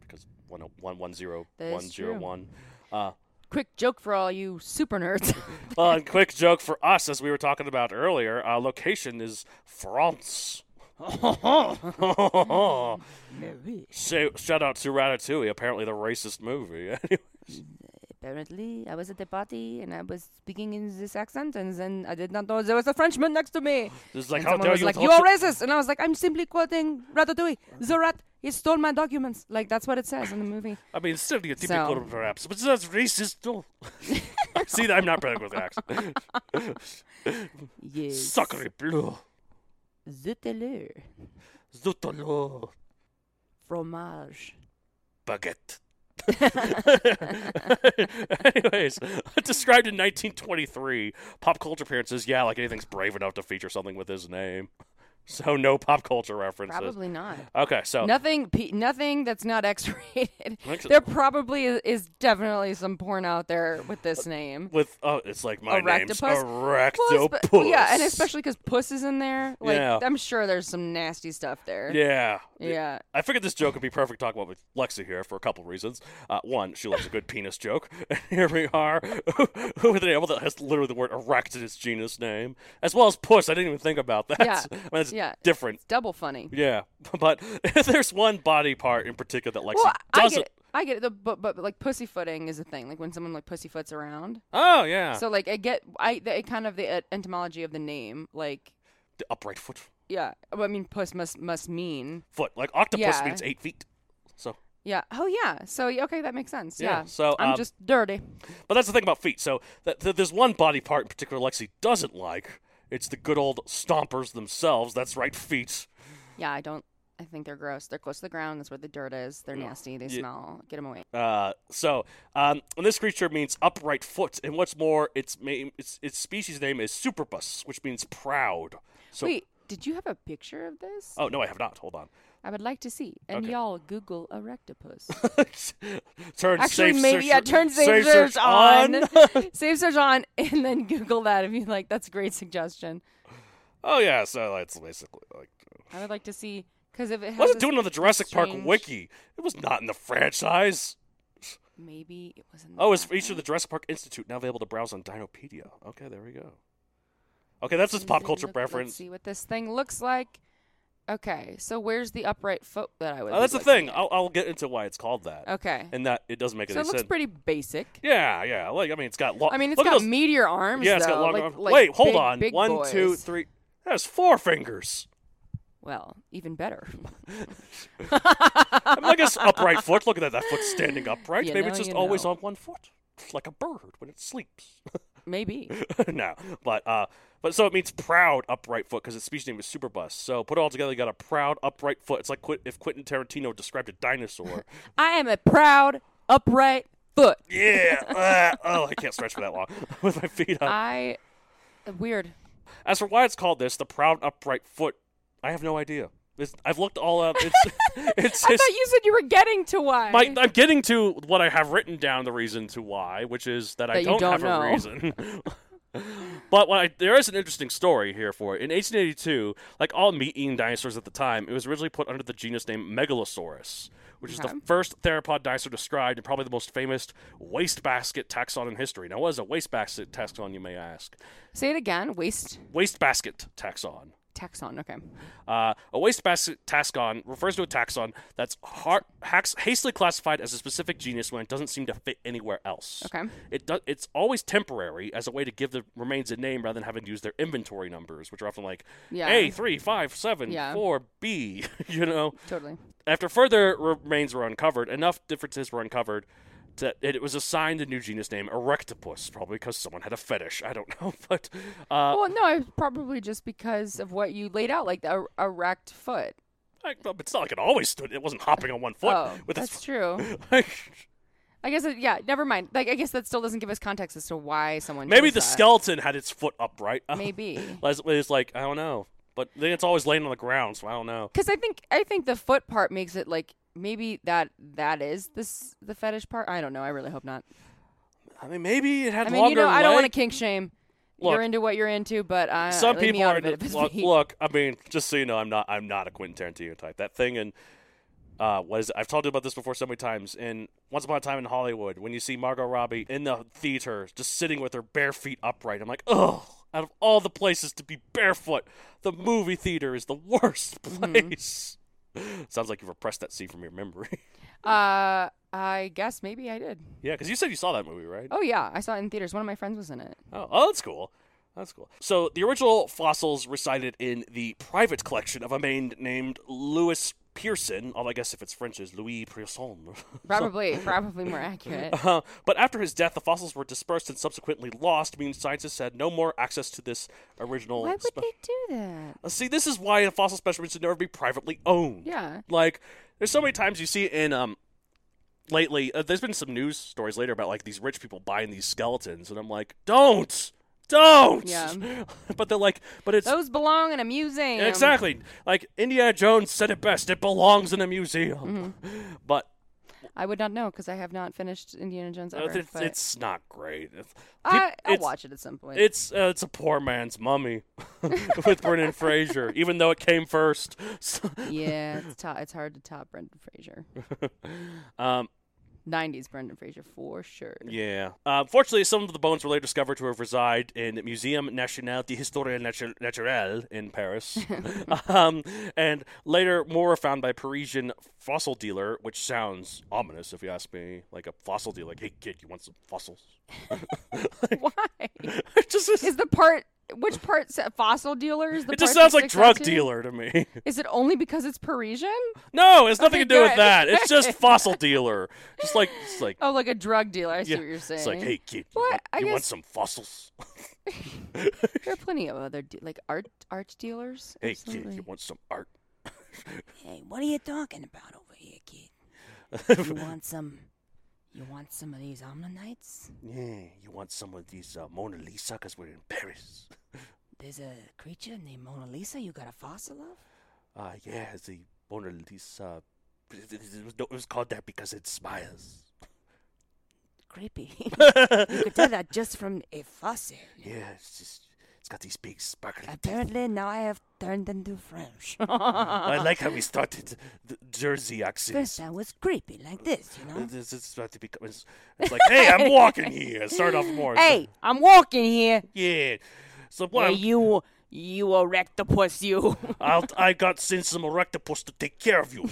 [SPEAKER 4] Because 110,
[SPEAKER 6] That's true.
[SPEAKER 4] 101. Uh,
[SPEAKER 6] Quick joke for all you super nerds.
[SPEAKER 4] well, and quick joke for us, as we were talking about earlier, uh, location is France. so, shout out to Ratatouille, apparently the racist movie. Anyways.
[SPEAKER 6] Apparently, I was at the party and I was speaking in this accent, and then I did not know there was a Frenchman next to me.
[SPEAKER 4] This is like,
[SPEAKER 6] and
[SPEAKER 4] how
[SPEAKER 6] someone
[SPEAKER 4] dare
[SPEAKER 6] was
[SPEAKER 4] you
[SPEAKER 6] like,
[SPEAKER 4] talk
[SPEAKER 6] "You
[SPEAKER 4] to-
[SPEAKER 6] are racist," and I was like, "I'm simply quoting Ratatouille. The rat he stole my documents." Like that's what it says in the movie.
[SPEAKER 4] I mean, stereotypical,
[SPEAKER 6] So-
[SPEAKER 4] perhaps, but that's racist. though. See, I'm not bad with accent.
[SPEAKER 6] Yes.
[SPEAKER 4] Sacre bleu.
[SPEAKER 6] Zutelur.
[SPEAKER 4] Zut alors.
[SPEAKER 6] Fromage.
[SPEAKER 4] baguette. Anyways, described in 1923, pop culture appearances. Yeah, like anything's brave enough to feature something with his name. So no pop culture references.
[SPEAKER 6] Probably not.
[SPEAKER 4] Okay, so
[SPEAKER 6] Nothing, pe- nothing that's not X-rated.
[SPEAKER 4] Actually-
[SPEAKER 6] there probably is, is definitely some porn out there with this name.
[SPEAKER 4] with oh, it's like my name's
[SPEAKER 6] Erectopus? Well,
[SPEAKER 4] Erectopus.
[SPEAKER 6] espe- yeah, and especially because puss is in there. Like,
[SPEAKER 4] Yeah.
[SPEAKER 6] I'm sure there's some nasty stuff there.
[SPEAKER 4] Yeah.
[SPEAKER 6] Yeah.
[SPEAKER 4] I figured this joke would be perfect talking about with Lexi here for a couple reasons. Uh, one, she loves a good penis joke. And here we are with an animal that has literally the word erect in its genus name, as well as puss. I didn't even think about that.
[SPEAKER 6] Yeah.
[SPEAKER 4] I mean, that's
[SPEAKER 6] Yeah.
[SPEAKER 4] different.
[SPEAKER 6] It's double funny.
[SPEAKER 4] Yeah. But if there's one body part in particular that Lexi
[SPEAKER 6] Well, I- I get
[SPEAKER 4] doesn't.
[SPEAKER 6] it. I get it. The, but, but like pussyfooting is a thing. Like when someone like pussyfoots around.
[SPEAKER 4] Oh, yeah.
[SPEAKER 6] So like I get I the, it kind of the et- etymology of the name. Like
[SPEAKER 4] the upright foot.
[SPEAKER 6] yeah, Well, I mean puss must must mean
[SPEAKER 4] Foot. Like octopus
[SPEAKER 6] Yeah.
[SPEAKER 4] means eight feet. So.
[SPEAKER 6] yeah. Oh yeah. So yeah, okay, that makes sense.
[SPEAKER 4] Yeah,
[SPEAKER 6] Yeah.
[SPEAKER 4] so,
[SPEAKER 6] I'm
[SPEAKER 4] um,
[SPEAKER 6] just dirty.
[SPEAKER 4] But that's the thing about feet. So th- th- there's one body part in particular Lexi doesn't like. It's the good old stompers themselves. That's right, feet.
[SPEAKER 6] Yeah, I don't. I think they're gross. They're close to the ground. That's where the dirt is. They're nasty. They
[SPEAKER 4] Yeah.
[SPEAKER 6] smell. Get them away.
[SPEAKER 4] Uh, so um, and this creature means upright foot, and what's more, its name, its, its species name is superbus, which means proud. So,
[SPEAKER 6] Wait, did you have a picture of this?
[SPEAKER 4] oh no, I have not. Hold on.
[SPEAKER 6] I would like to see. And
[SPEAKER 4] Okay.
[SPEAKER 6] y'all Google erectopus.
[SPEAKER 4] turn
[SPEAKER 6] Actually,
[SPEAKER 4] safe
[SPEAKER 6] maybe
[SPEAKER 4] search,
[SPEAKER 6] yeah. Turn safe, search, on. safe search on, and then Google that if you like. That's a great suggestion.
[SPEAKER 4] oh yeah, so that's basically like.
[SPEAKER 6] I would like to see because if it has
[SPEAKER 4] Wasn't
[SPEAKER 6] this
[SPEAKER 4] doing it on the Jurassic Park
[SPEAKER 6] strange-
[SPEAKER 4] wiki. It was not in the franchise.
[SPEAKER 6] Maybe it was in. The
[SPEAKER 4] Oh, it's
[SPEAKER 6] back.
[SPEAKER 4] featured at the Jurassic Park Institute, now available to browse on Dinopedia. Okay, there we go. Okay, that's just pop
[SPEAKER 6] Let's
[SPEAKER 4] culture
[SPEAKER 6] look- Let's
[SPEAKER 4] preference. Uh,
[SPEAKER 6] see what this thing looks like. Okay, so where's the upright foot that I would?
[SPEAKER 4] Oh,
[SPEAKER 6] be
[SPEAKER 4] that's the
[SPEAKER 6] looking
[SPEAKER 4] thing.
[SPEAKER 6] at?
[SPEAKER 4] I'll, I'll get into why it's called that.
[SPEAKER 6] Okay.
[SPEAKER 4] And that it doesn't make
[SPEAKER 6] so
[SPEAKER 4] any
[SPEAKER 6] it looks
[SPEAKER 4] sense.
[SPEAKER 6] pretty basic.
[SPEAKER 4] Yeah, yeah. Like I mean, it's got long.
[SPEAKER 6] I mean, it's
[SPEAKER 4] look at
[SPEAKER 6] got
[SPEAKER 4] those-
[SPEAKER 6] meteor arms.
[SPEAKER 4] Yeah, it's got
[SPEAKER 6] though,
[SPEAKER 4] long
[SPEAKER 6] like-
[SPEAKER 4] arms.
[SPEAKER 6] like
[SPEAKER 4] Wait, hold
[SPEAKER 6] big-
[SPEAKER 4] on.
[SPEAKER 6] big
[SPEAKER 4] One, two,
[SPEAKER 6] boys.
[SPEAKER 4] three. That's four fingers.
[SPEAKER 6] Well, even better.
[SPEAKER 4] I mean, I guess upright foot. Look at that. That foot's standing upright.
[SPEAKER 6] You
[SPEAKER 4] Maybe
[SPEAKER 6] know,
[SPEAKER 4] it's just
[SPEAKER 6] you
[SPEAKER 4] always
[SPEAKER 6] know.
[SPEAKER 4] on one foot, like a bird when it sleeps.
[SPEAKER 6] Maybe.
[SPEAKER 4] no, but uh, but so it means proud upright foot because its species name is superbus. So put it all together, you got a proud upright foot. It's like Qu- if Quentin Tarantino described a dinosaur.
[SPEAKER 6] I am a proud, upright foot.
[SPEAKER 4] yeah. uh, oh, I can't stretch for that long with my feet up.
[SPEAKER 6] I. uh, Weird.
[SPEAKER 4] As for why it's called this, the proud upright foot, I have no idea. It's, I've looked all up. It's, it's,
[SPEAKER 6] I
[SPEAKER 4] it's
[SPEAKER 6] thought you said you were getting to why.
[SPEAKER 4] my, I'm getting to what I have written down the reason to why, which is that,
[SPEAKER 6] That
[SPEAKER 4] I
[SPEAKER 6] you
[SPEAKER 4] don't,
[SPEAKER 6] don't
[SPEAKER 4] have
[SPEAKER 6] know.
[SPEAKER 4] a reason. but what I, there is an interesting story here for it. In 1882, like all meat-eating dinosaurs at the time, it was originally put under the genus name Megalosaurus, which is the first theropod dinosaur described and probably the most famous wastebasket taxon in history. Now, what is a wastebasket taxon, you may ask?
[SPEAKER 6] Say it again. Waste
[SPEAKER 4] Wastebasket taxon.
[SPEAKER 6] taxon. Okay.
[SPEAKER 4] Uh, a wastebasket taxon refers to a taxon that's har- hax- hastily classified as a specific genus when it doesn't seem to fit anywhere else.
[SPEAKER 6] Okay.
[SPEAKER 4] It do- it's always temporary as a way to give the remains a name rather than having to use their inventory numbers, which are often like
[SPEAKER 6] Yeah.
[SPEAKER 4] A three five seven
[SPEAKER 6] Yeah.
[SPEAKER 4] four B. You know.
[SPEAKER 6] Totally.
[SPEAKER 4] After further remains were uncovered, enough differences were uncovered that it was assigned a new genus name, Erectopus, probably because someone had a fetish. I don't know, but uh,
[SPEAKER 6] well, no, it's probably just because of what you laid out, like the er- erect foot.
[SPEAKER 4] I, it's not like it always stood. It wasn't hopping on one foot.
[SPEAKER 6] Oh,
[SPEAKER 4] with its
[SPEAKER 6] that's true.
[SPEAKER 4] Like,
[SPEAKER 6] I guess. It, yeah. Never mind. Like, I guess that still doesn't give us context as to why someone.
[SPEAKER 4] Maybe
[SPEAKER 6] chose
[SPEAKER 4] the
[SPEAKER 6] that.
[SPEAKER 4] skeleton had its foot upright.
[SPEAKER 6] Maybe.
[SPEAKER 4] It's- it's like I don't know, but then it's always laying on the ground, so I don't know.
[SPEAKER 6] Because I think I think the foot part makes it like maybe that that is this the fetish part. I don't know. I really hope not.
[SPEAKER 4] I mean, maybe it had
[SPEAKER 6] I mean, you
[SPEAKER 4] longer
[SPEAKER 6] know, I don't want to
[SPEAKER 4] leg-
[SPEAKER 6] kink shame.
[SPEAKER 4] Look.
[SPEAKER 6] you're into what you're into, but uh,
[SPEAKER 4] Some
[SPEAKER 6] leave me
[SPEAKER 4] people
[SPEAKER 6] out
[SPEAKER 4] are.
[SPEAKER 6] of it if
[SPEAKER 4] into-
[SPEAKER 6] it's
[SPEAKER 4] look,
[SPEAKER 6] me.
[SPEAKER 4] look, I mean, just so you know, I'm not. I'm not a Quentin Tarantino type. That thing and. Uh, what is it? I've told you about this before so many times. In Once Upon a Time in Hollywood, when you see Margot Robbie in the theater just sitting with her bare feet upright, I'm like, ugh, Out of all the places to be barefoot, the movie theater is the worst
[SPEAKER 6] Mm-hmm.
[SPEAKER 4] place. Sounds like you've repressed that scene from your memory.
[SPEAKER 6] Uh, I guess maybe I did.
[SPEAKER 4] yeah, because you said you saw that movie, right?
[SPEAKER 6] Oh yeah, I saw it in theaters. One of my friends was in it.
[SPEAKER 4] Oh, oh, that's cool. That's cool. So the original fossils resided in the private collection of a man named Louis Pearson. Although I guess if it's French, is Louis Pearson.
[SPEAKER 6] Probably, probably more accurate.
[SPEAKER 4] Uh, but after his death, the fossils were dispersed and subsequently lost, meaning scientists had no more access to this original.
[SPEAKER 6] Why would
[SPEAKER 4] spe-
[SPEAKER 6] they do that?
[SPEAKER 4] Uh, See, this is why a fossil specimen should never be privately owned.
[SPEAKER 6] Yeah.
[SPEAKER 4] Like, there's so many times you see in um, lately. Uh, there's been some news stories later about like these rich people buying these skeletons, and I'm like, don't, don't.
[SPEAKER 6] Yeah.
[SPEAKER 4] but they're like, but it's
[SPEAKER 6] Those belong in a museum.
[SPEAKER 4] exactly like Indiana Jones said it best. It belongs in a museum.
[SPEAKER 6] Mm-hmm.
[SPEAKER 4] But
[SPEAKER 6] I would not know because I have not finished Indiana Jones
[SPEAKER 4] uh,
[SPEAKER 6] ever.
[SPEAKER 4] it's,
[SPEAKER 6] but
[SPEAKER 4] it's not great. It's-
[SPEAKER 6] I,
[SPEAKER 4] peop-
[SPEAKER 6] I'll
[SPEAKER 4] it's-
[SPEAKER 6] watch it at some point.
[SPEAKER 4] It's uh, it's a poor man's mummy with Brendan Fraser, even though it came first. So,
[SPEAKER 6] yeah, it's, to- it's hard to top Brendan Fraser.
[SPEAKER 4] um,
[SPEAKER 6] 90s Brendan Fraser for sure.
[SPEAKER 4] yeah. Uh, fortunately, some of the bones were later discovered to have resided in Museum National d'Histoire Natu- Naturelle in Paris, um, and later more were found by a Parisian fossil dealer, which sounds ominous if you ask me. Like a fossil dealer, like, "Hey kid, you want some fossils?"
[SPEAKER 6] Why?
[SPEAKER 4] it just
[SPEAKER 6] Is the part which part sa- fossil dealers? The
[SPEAKER 4] it just
[SPEAKER 6] part that
[SPEAKER 4] sounds like
[SPEAKER 6] sticks out
[SPEAKER 4] drug
[SPEAKER 6] to you?
[SPEAKER 4] dealer to me.
[SPEAKER 6] Is it only because it's Parisian?
[SPEAKER 4] No, it's nothing
[SPEAKER 6] Okay,
[SPEAKER 4] to do with
[SPEAKER 6] good.
[SPEAKER 4] that. It's just fossil dealer. Just like it's like
[SPEAKER 6] Oh, like a drug dealer. I see
[SPEAKER 4] yeah,
[SPEAKER 6] what you're saying.
[SPEAKER 4] It's like, hey kid, you,
[SPEAKER 6] Well,
[SPEAKER 4] want,
[SPEAKER 6] I
[SPEAKER 4] you want
[SPEAKER 6] guess-
[SPEAKER 4] some fossils?
[SPEAKER 6] there are plenty of other de- like art art dealers.
[SPEAKER 4] hey kid,
[SPEAKER 6] Absolutely.
[SPEAKER 4] you want some art?
[SPEAKER 6] Hey, what are you talking about over here, kid? you want some? You want some of these omninites?
[SPEAKER 4] Yeah, you want some of these uh, Mona Lisa? Cause we're in Paris.
[SPEAKER 6] There's a creature named Mona Lisa. You got a fossil of?
[SPEAKER 4] Uh yeah, it's the Mona Lisa. It it was, no, it was called that because it smiles.
[SPEAKER 6] Creepy. you could tell that just from a fossil.
[SPEAKER 4] Yeah, it's just it's got these big sparkling. teeth.
[SPEAKER 6] Apparently, now I have turned into French.
[SPEAKER 4] I like how we started the Jersey accents.
[SPEAKER 6] First, I was creepy like this, you know.
[SPEAKER 4] This is about to become. It's, it's like, hey, I'm walking here. Start off more.
[SPEAKER 6] Hey, I'm walking here.
[SPEAKER 4] Yeah. So what?
[SPEAKER 6] Hey, you, you erectopus, you.
[SPEAKER 4] I'll, I got sent some erectopus to take care of you.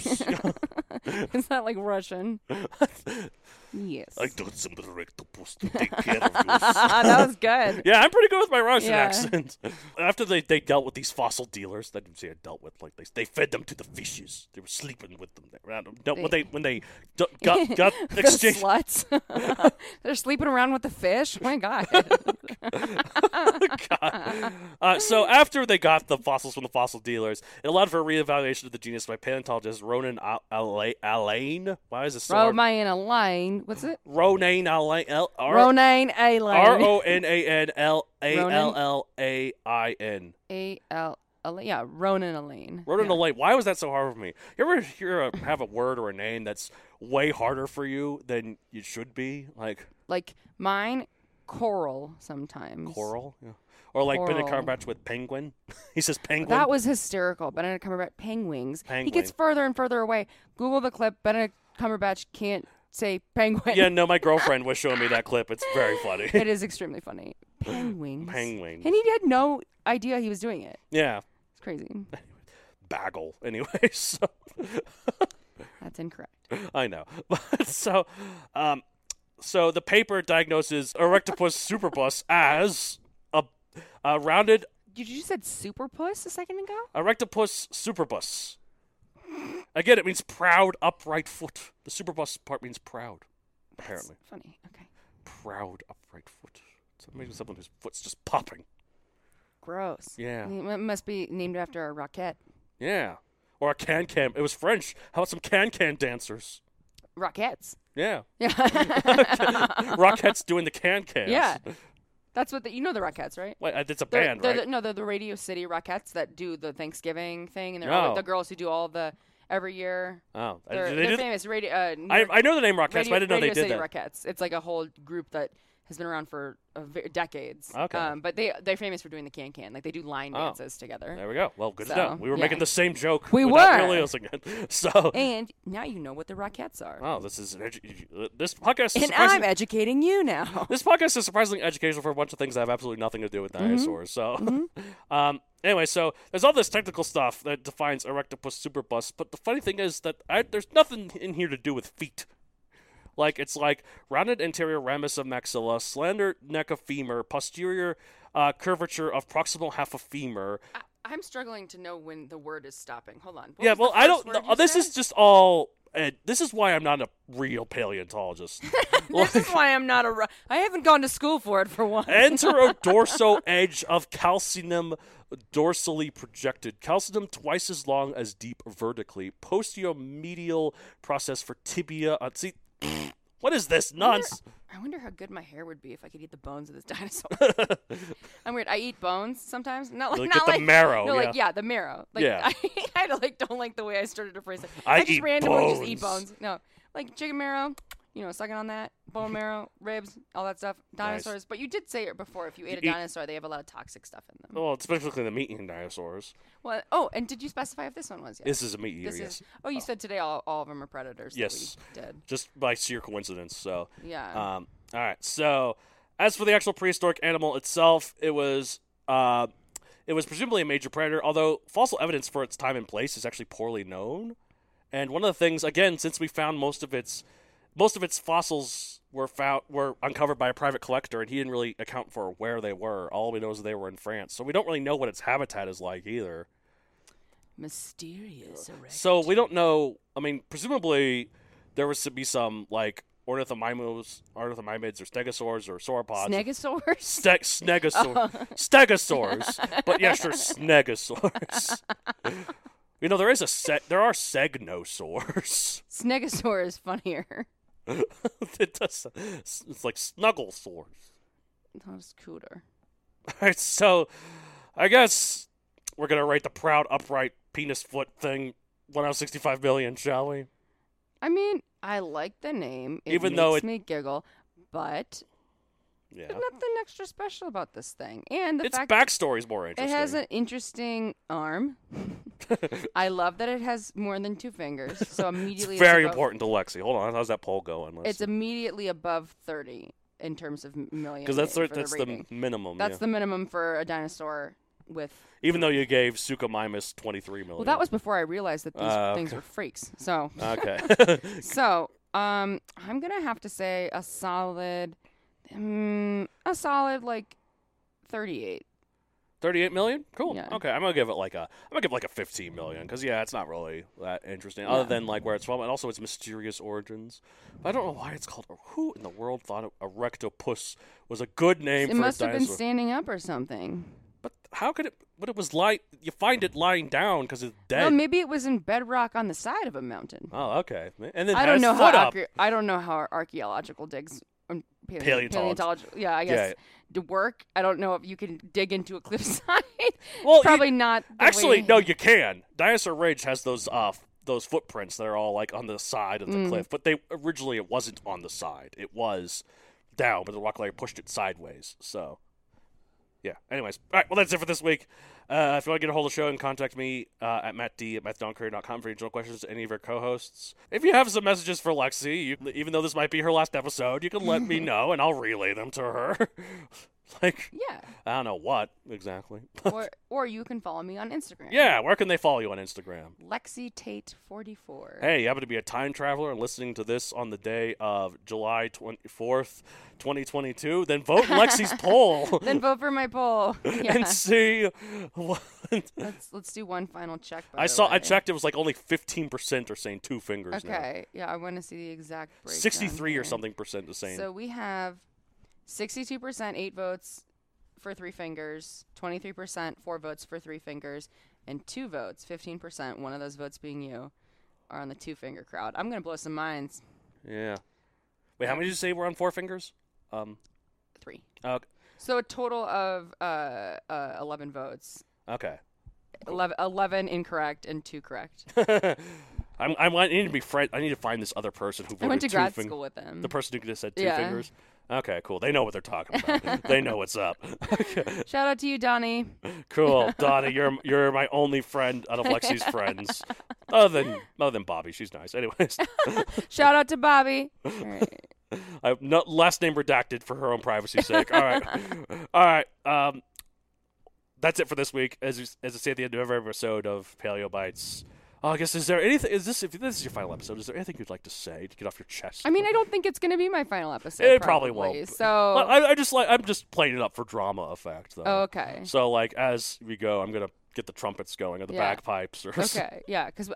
[SPEAKER 6] Is that like Russian? yes.
[SPEAKER 4] I got some erectopus to take care of
[SPEAKER 6] Ah, that was good.
[SPEAKER 4] you. yeah, I'm pretty good with my Russian
[SPEAKER 6] Yeah.
[SPEAKER 4] accent. After they, they dealt with these fossil dealers, they didn't say I dealt with like they they fed them to the fishes. They were sleeping with them. They, around them. No, when they when they d- got got
[SPEAKER 6] The
[SPEAKER 4] exchanged.
[SPEAKER 6] sluts. They're sleeping around with the fish. my God.
[SPEAKER 4] God. Uh, so after they got the fossils from the fossil dealers, it allowed for a reevaluation of the genus by paleontologist Ronan Al- Ala- Alain. Why is this so hard?
[SPEAKER 6] Romaine Alain. What's it?
[SPEAKER 4] Ronan Alain. L- R-
[SPEAKER 6] Romaine
[SPEAKER 4] R
[SPEAKER 6] Alain.
[SPEAKER 4] O N A N L A L L A I N.
[SPEAKER 6] A L Alain. Yeah, Ronan Alain.
[SPEAKER 4] Ronan Alain. Why was that so hard for me? You ever hear a, have a word or a name that's way harder for you than it should be? Like
[SPEAKER 6] Like mine, coral sometimes.
[SPEAKER 4] coral? Yeah. Or like Benedict
[SPEAKER 6] Coral.
[SPEAKER 4] Cumberbatch with penguin? he says penguin.
[SPEAKER 6] That was hysterical. Benedict Cumberbatch, penguins. He
[SPEAKER 4] Penguin.
[SPEAKER 6] gets further and further away. Google the clip. Benedict Cumberbatch can't say penguin.
[SPEAKER 4] yeah, no, my girlfriend was showing me that clip. It's very funny.
[SPEAKER 6] it is extremely funny. Penguins.
[SPEAKER 4] Penguins.
[SPEAKER 6] And he had no idea he was doing it.
[SPEAKER 4] yeah.
[SPEAKER 6] It's crazy.
[SPEAKER 4] Bagel. Anyway, so
[SPEAKER 6] That's incorrect.
[SPEAKER 4] I know. But so um so the paper diagnoses Erectopus superbus as a, a rounded
[SPEAKER 6] Did you just said super puss a second ago?
[SPEAKER 4] Erectopus superbus. Again, it means proud, upright foot. The superbus part means proud, apparently.
[SPEAKER 6] That's funny. Okay.
[SPEAKER 4] Proud, upright foot. So imagine someone whose foot's just popping.
[SPEAKER 6] Gross.
[SPEAKER 4] Yeah.
[SPEAKER 6] It must be named after a rocket.
[SPEAKER 4] Yeah. Or a can can. It was French. How about some can can dancers?
[SPEAKER 6] Rockets.
[SPEAKER 4] Yeah.
[SPEAKER 6] Yeah.
[SPEAKER 4] Rockettes doing the can cans.
[SPEAKER 6] yeah. That's what the, you know the Rockettes, right?
[SPEAKER 4] Wait, uh, that's a
[SPEAKER 6] They're-
[SPEAKER 4] band,
[SPEAKER 6] they're
[SPEAKER 4] right?
[SPEAKER 6] the- no, they're the Radio City Rockettes that do the Thanksgiving thing, and they're all,
[SPEAKER 4] Oh.
[SPEAKER 6] the girls who do all the every year.
[SPEAKER 4] Oh, I-
[SPEAKER 6] They're,
[SPEAKER 4] they
[SPEAKER 6] they're
[SPEAKER 4] did-
[SPEAKER 6] famous. Radio. Uh, New
[SPEAKER 4] I,
[SPEAKER 6] York-
[SPEAKER 4] I know the name Rockettes,
[SPEAKER 6] Radio,
[SPEAKER 4] but I didn't know
[SPEAKER 6] Radio
[SPEAKER 4] they did
[SPEAKER 6] City
[SPEAKER 4] that.
[SPEAKER 6] Rockettes. It's like a whole group that has been around for a ve- decades.
[SPEAKER 4] Okay.
[SPEAKER 6] Um, but they they're famous for doing the can can. Like they do line
[SPEAKER 4] Oh.
[SPEAKER 6] dances together.
[SPEAKER 4] There we go. Well, good to
[SPEAKER 6] So,
[SPEAKER 4] know. We were
[SPEAKER 6] yeah.
[SPEAKER 4] making the same joke.
[SPEAKER 6] We
[SPEAKER 4] without
[SPEAKER 6] were.
[SPEAKER 4] Really listening. So,
[SPEAKER 6] And now you know what the Rockettes are.
[SPEAKER 4] wow, this is an edu- uh, this podcast. Is
[SPEAKER 6] and I'm
[SPEAKER 4] surprising-
[SPEAKER 6] educating you now.
[SPEAKER 4] this podcast is surprisingly educational for a bunch of things that have absolutely nothing to do with dinosaurs. So, um, anyway, so there's all this technical stuff that defines Erectopus superbus, but the funny thing is that I, there's nothing in here to do with feet. Like it's like rounded anterior ramus of maxilla, slender neck of femur, posterior uh, curvature of proximal half of femur.
[SPEAKER 6] I'm struggling to know when the word is stopping. Hold on.
[SPEAKER 4] yeah, well, I don't. know this is just all. Uh, this is why I'm not a real paleontologist.
[SPEAKER 6] this is why I'm not a. Ro- I haven't gone to school for it for one.
[SPEAKER 4] Enterodorso edge of calcinum dorsally projected. Calcinum twice as long as deep vertically. Posteromedial process for tibia. Uh, see, what is this nonsense?
[SPEAKER 6] I wonder how good my hair would be if I could eat the bones of this dinosaur. I'm weird. I eat bones sometimes. Not like,
[SPEAKER 4] Like,
[SPEAKER 6] not
[SPEAKER 4] get the
[SPEAKER 6] like
[SPEAKER 4] marrow,
[SPEAKER 6] No, like
[SPEAKER 4] yeah.
[SPEAKER 6] yeah, the marrow. Like
[SPEAKER 4] Yeah.
[SPEAKER 6] I, I don't, like don't like the way I started to phrase it.
[SPEAKER 4] I
[SPEAKER 6] just
[SPEAKER 4] eat
[SPEAKER 6] randomly just eat
[SPEAKER 4] bones.
[SPEAKER 6] bones. No, like chicken marrow. You know, sucking on that bone marrow, ribs, all that stuff. Dinosaurs, but you did say it before. If you ate a
[SPEAKER 4] eat- Oh.
[SPEAKER 6] dinosaur, they have a lot of toxic stuff in them.
[SPEAKER 4] Well, it's specifically the meat-eating dinosaurs.
[SPEAKER 6] Well, oh, and did you specify if this one was? Yes.
[SPEAKER 4] This is a meat eater,
[SPEAKER 6] This
[SPEAKER 4] yes.
[SPEAKER 6] is. Oh, you said today all, all of them are predators.
[SPEAKER 4] Yes.
[SPEAKER 6] That we did.
[SPEAKER 4] Just by sheer coincidence, so.
[SPEAKER 6] Yeah.
[SPEAKER 4] Um, all right. So, as for the actual prehistoric animal itself, it was uh, it was presumably a major predator, although fossil evidence for its time and place is actually poorly known. And one of the things, again, since we found most of its most of its fossils were found were uncovered by a private collector, and he didn't really account for where they were. All we know is that they were in France, so we don't really know what its habitat is like either.
[SPEAKER 6] Mysterious. Erect.
[SPEAKER 4] Uh, So we don't know. I mean, presumably there was to be some like ornithomimos, ornithomimids, or stegosaurs, or sauropods.
[SPEAKER 6] Snegosaurs. Oh.
[SPEAKER 4] Ste- snegosaur, stegosaurs. But yeah, sure, snegosaurs. you know, there is a se- there are segnosaurs.
[SPEAKER 6] Snegosaur is funnier.
[SPEAKER 4] it does. It's like snugglesaurs.
[SPEAKER 6] That was cooler.
[SPEAKER 4] All right, so I guess we're gonna write the proud upright penis foot thing one out of sixty-five million, shall we?
[SPEAKER 6] I mean, I like the name. It
[SPEAKER 4] Even
[SPEAKER 6] makes
[SPEAKER 4] though it-
[SPEAKER 6] me giggle, but
[SPEAKER 4] Yeah.
[SPEAKER 6] there's nothing extra special about this thing. And the
[SPEAKER 4] its
[SPEAKER 6] fact
[SPEAKER 4] backstory's more
[SPEAKER 6] it
[SPEAKER 4] interesting.
[SPEAKER 6] has an interesting arm. I love that it has more than two fingers. So
[SPEAKER 4] It's
[SPEAKER 6] immediately
[SPEAKER 4] very
[SPEAKER 6] above-
[SPEAKER 4] important to Lexi. Hold on, how's that poll going?
[SPEAKER 6] It's immediately above thirty in terms of m- million.
[SPEAKER 4] because that's
[SPEAKER 6] for
[SPEAKER 4] the, that's the,
[SPEAKER 6] rating.
[SPEAKER 4] minimum.
[SPEAKER 6] That's
[SPEAKER 4] yeah.
[SPEAKER 6] the minimum for a dinosaur with.
[SPEAKER 4] even though you gave Suchomimus twenty three million.
[SPEAKER 6] Well, that was before I realized that these
[SPEAKER 4] Uh,
[SPEAKER 6] things were freaks. So,
[SPEAKER 4] okay.
[SPEAKER 6] so um, I'm gonna have to say a solid, mm, a solid like 38.
[SPEAKER 4] thirty eight million. Cool.
[SPEAKER 6] Yeah.
[SPEAKER 4] Okay, I'm gonna give it like a I'm gonna give it like a fifteen million because yeah, it's not really that interesting other than like where it's from and also its mysterious origins. But I don't know why it's called. Who in the world thought a rectopus was a good name
[SPEAKER 6] It
[SPEAKER 4] for
[SPEAKER 6] must
[SPEAKER 4] a
[SPEAKER 6] have
[SPEAKER 4] dinosaur?
[SPEAKER 6] been standing up or something.
[SPEAKER 4] but how could it? But it was lying. You find it lying down because it's dead.
[SPEAKER 6] Well, maybe it was in bedrock on the side of a mountain.
[SPEAKER 4] oh, okay. And then
[SPEAKER 6] I
[SPEAKER 4] had
[SPEAKER 6] don't
[SPEAKER 4] its
[SPEAKER 6] know how.
[SPEAKER 4] foot up.
[SPEAKER 6] archae- I don't know how archaeological digs. Um, paleo-
[SPEAKER 4] Paleontology.
[SPEAKER 6] paleontology- Yeah, I
[SPEAKER 4] Yeah,
[SPEAKER 6] guess to work. I don't know if you can dig into a cliffside.
[SPEAKER 4] Well, you-
[SPEAKER 6] probably not. the way
[SPEAKER 4] Actually,
[SPEAKER 6] to-
[SPEAKER 4] no, you can. Dinosaur Ridge has those uh those footprints that are all like on the side of
[SPEAKER 6] Mm.
[SPEAKER 4] the cliff, but they originally it wasn't on the side. It was down, but the rock layer pushed it sideways. So, yeah. Anyways, all right. Well, that's it for this week. Uh, if you want to get a hold of the show and contact me uh, at mattd at mattdoncareer.com for any general questions to any of our co-hosts. If you have some messages for Lexi, you, even though this might be her last episode, you can let me know and I'll relay them to her. like,
[SPEAKER 6] Yeah.
[SPEAKER 4] I don't know what exactly.
[SPEAKER 6] or or you can follow me on Instagram.
[SPEAKER 4] Yeah, where can they follow you on Instagram?
[SPEAKER 6] Lexi Tate forty four.
[SPEAKER 4] Hey, you happen to be a time traveler and listening to this on the day of July 24th, 2022, then vote in Lexi's poll
[SPEAKER 6] Then vote for my poll. Yeah.
[SPEAKER 4] and see what.
[SPEAKER 6] let's let's do one final check. by
[SPEAKER 4] I
[SPEAKER 6] the
[SPEAKER 4] saw, I
[SPEAKER 6] way.
[SPEAKER 4] checked, it was like only 15% are saying two fingers now.
[SPEAKER 6] Okay. Yeah, I want to see the exact breakdown
[SPEAKER 4] 63
[SPEAKER 6] here.
[SPEAKER 4] or something percent is saying.
[SPEAKER 6] So we have sixty two percent eight votes for three fingers, twenty three percent four votes for three fingers, and two votes, fifteen percent, one of those votes being you, are on the two finger crowd. I'm gonna blow some minds.
[SPEAKER 4] yeah. Wait, how many did you say were on four fingers? Um,
[SPEAKER 6] Three.
[SPEAKER 4] uh,
[SPEAKER 6] So a total of uh, uh, eleven votes.
[SPEAKER 4] okay.
[SPEAKER 6] 11, 11 incorrect and two correct.
[SPEAKER 4] I'm, I'm, I need to be friend. I need to find this other person who voted
[SPEAKER 6] I went to
[SPEAKER 4] two
[SPEAKER 6] grad
[SPEAKER 4] fing-
[SPEAKER 6] school with him.
[SPEAKER 4] The person who just said two
[SPEAKER 6] Yeah.
[SPEAKER 4] fingers. Okay, cool. They know what they're talking about. they know what's up.
[SPEAKER 6] Shout out to you, Donnie.
[SPEAKER 4] cool, Donna. You're you're my only friend out of Lexi's friends, other than other than Bobby. She's nice. Anyways,
[SPEAKER 6] Shout out to Bobby. All right.
[SPEAKER 4] I, no, last name redacted for her own privacy's sake. All right, all right. Um, that's it for this week. As you, as I say at the end of every episode of Paleo Bites. Oh, I guess is there anything? Is this if this is your final episode? Is there anything you'd like to say to get off your chest?
[SPEAKER 6] I mean, I don't think it's going to be my final episode.
[SPEAKER 4] It probably won't.
[SPEAKER 6] So
[SPEAKER 4] Well, I, I just like I'm just playing it up for drama effect, though.
[SPEAKER 6] Oh, okay.
[SPEAKER 4] So like as we go, I'm gonna get the trumpets going or the
[SPEAKER 6] Yeah.
[SPEAKER 4] bagpipes or
[SPEAKER 6] okay, yeah, because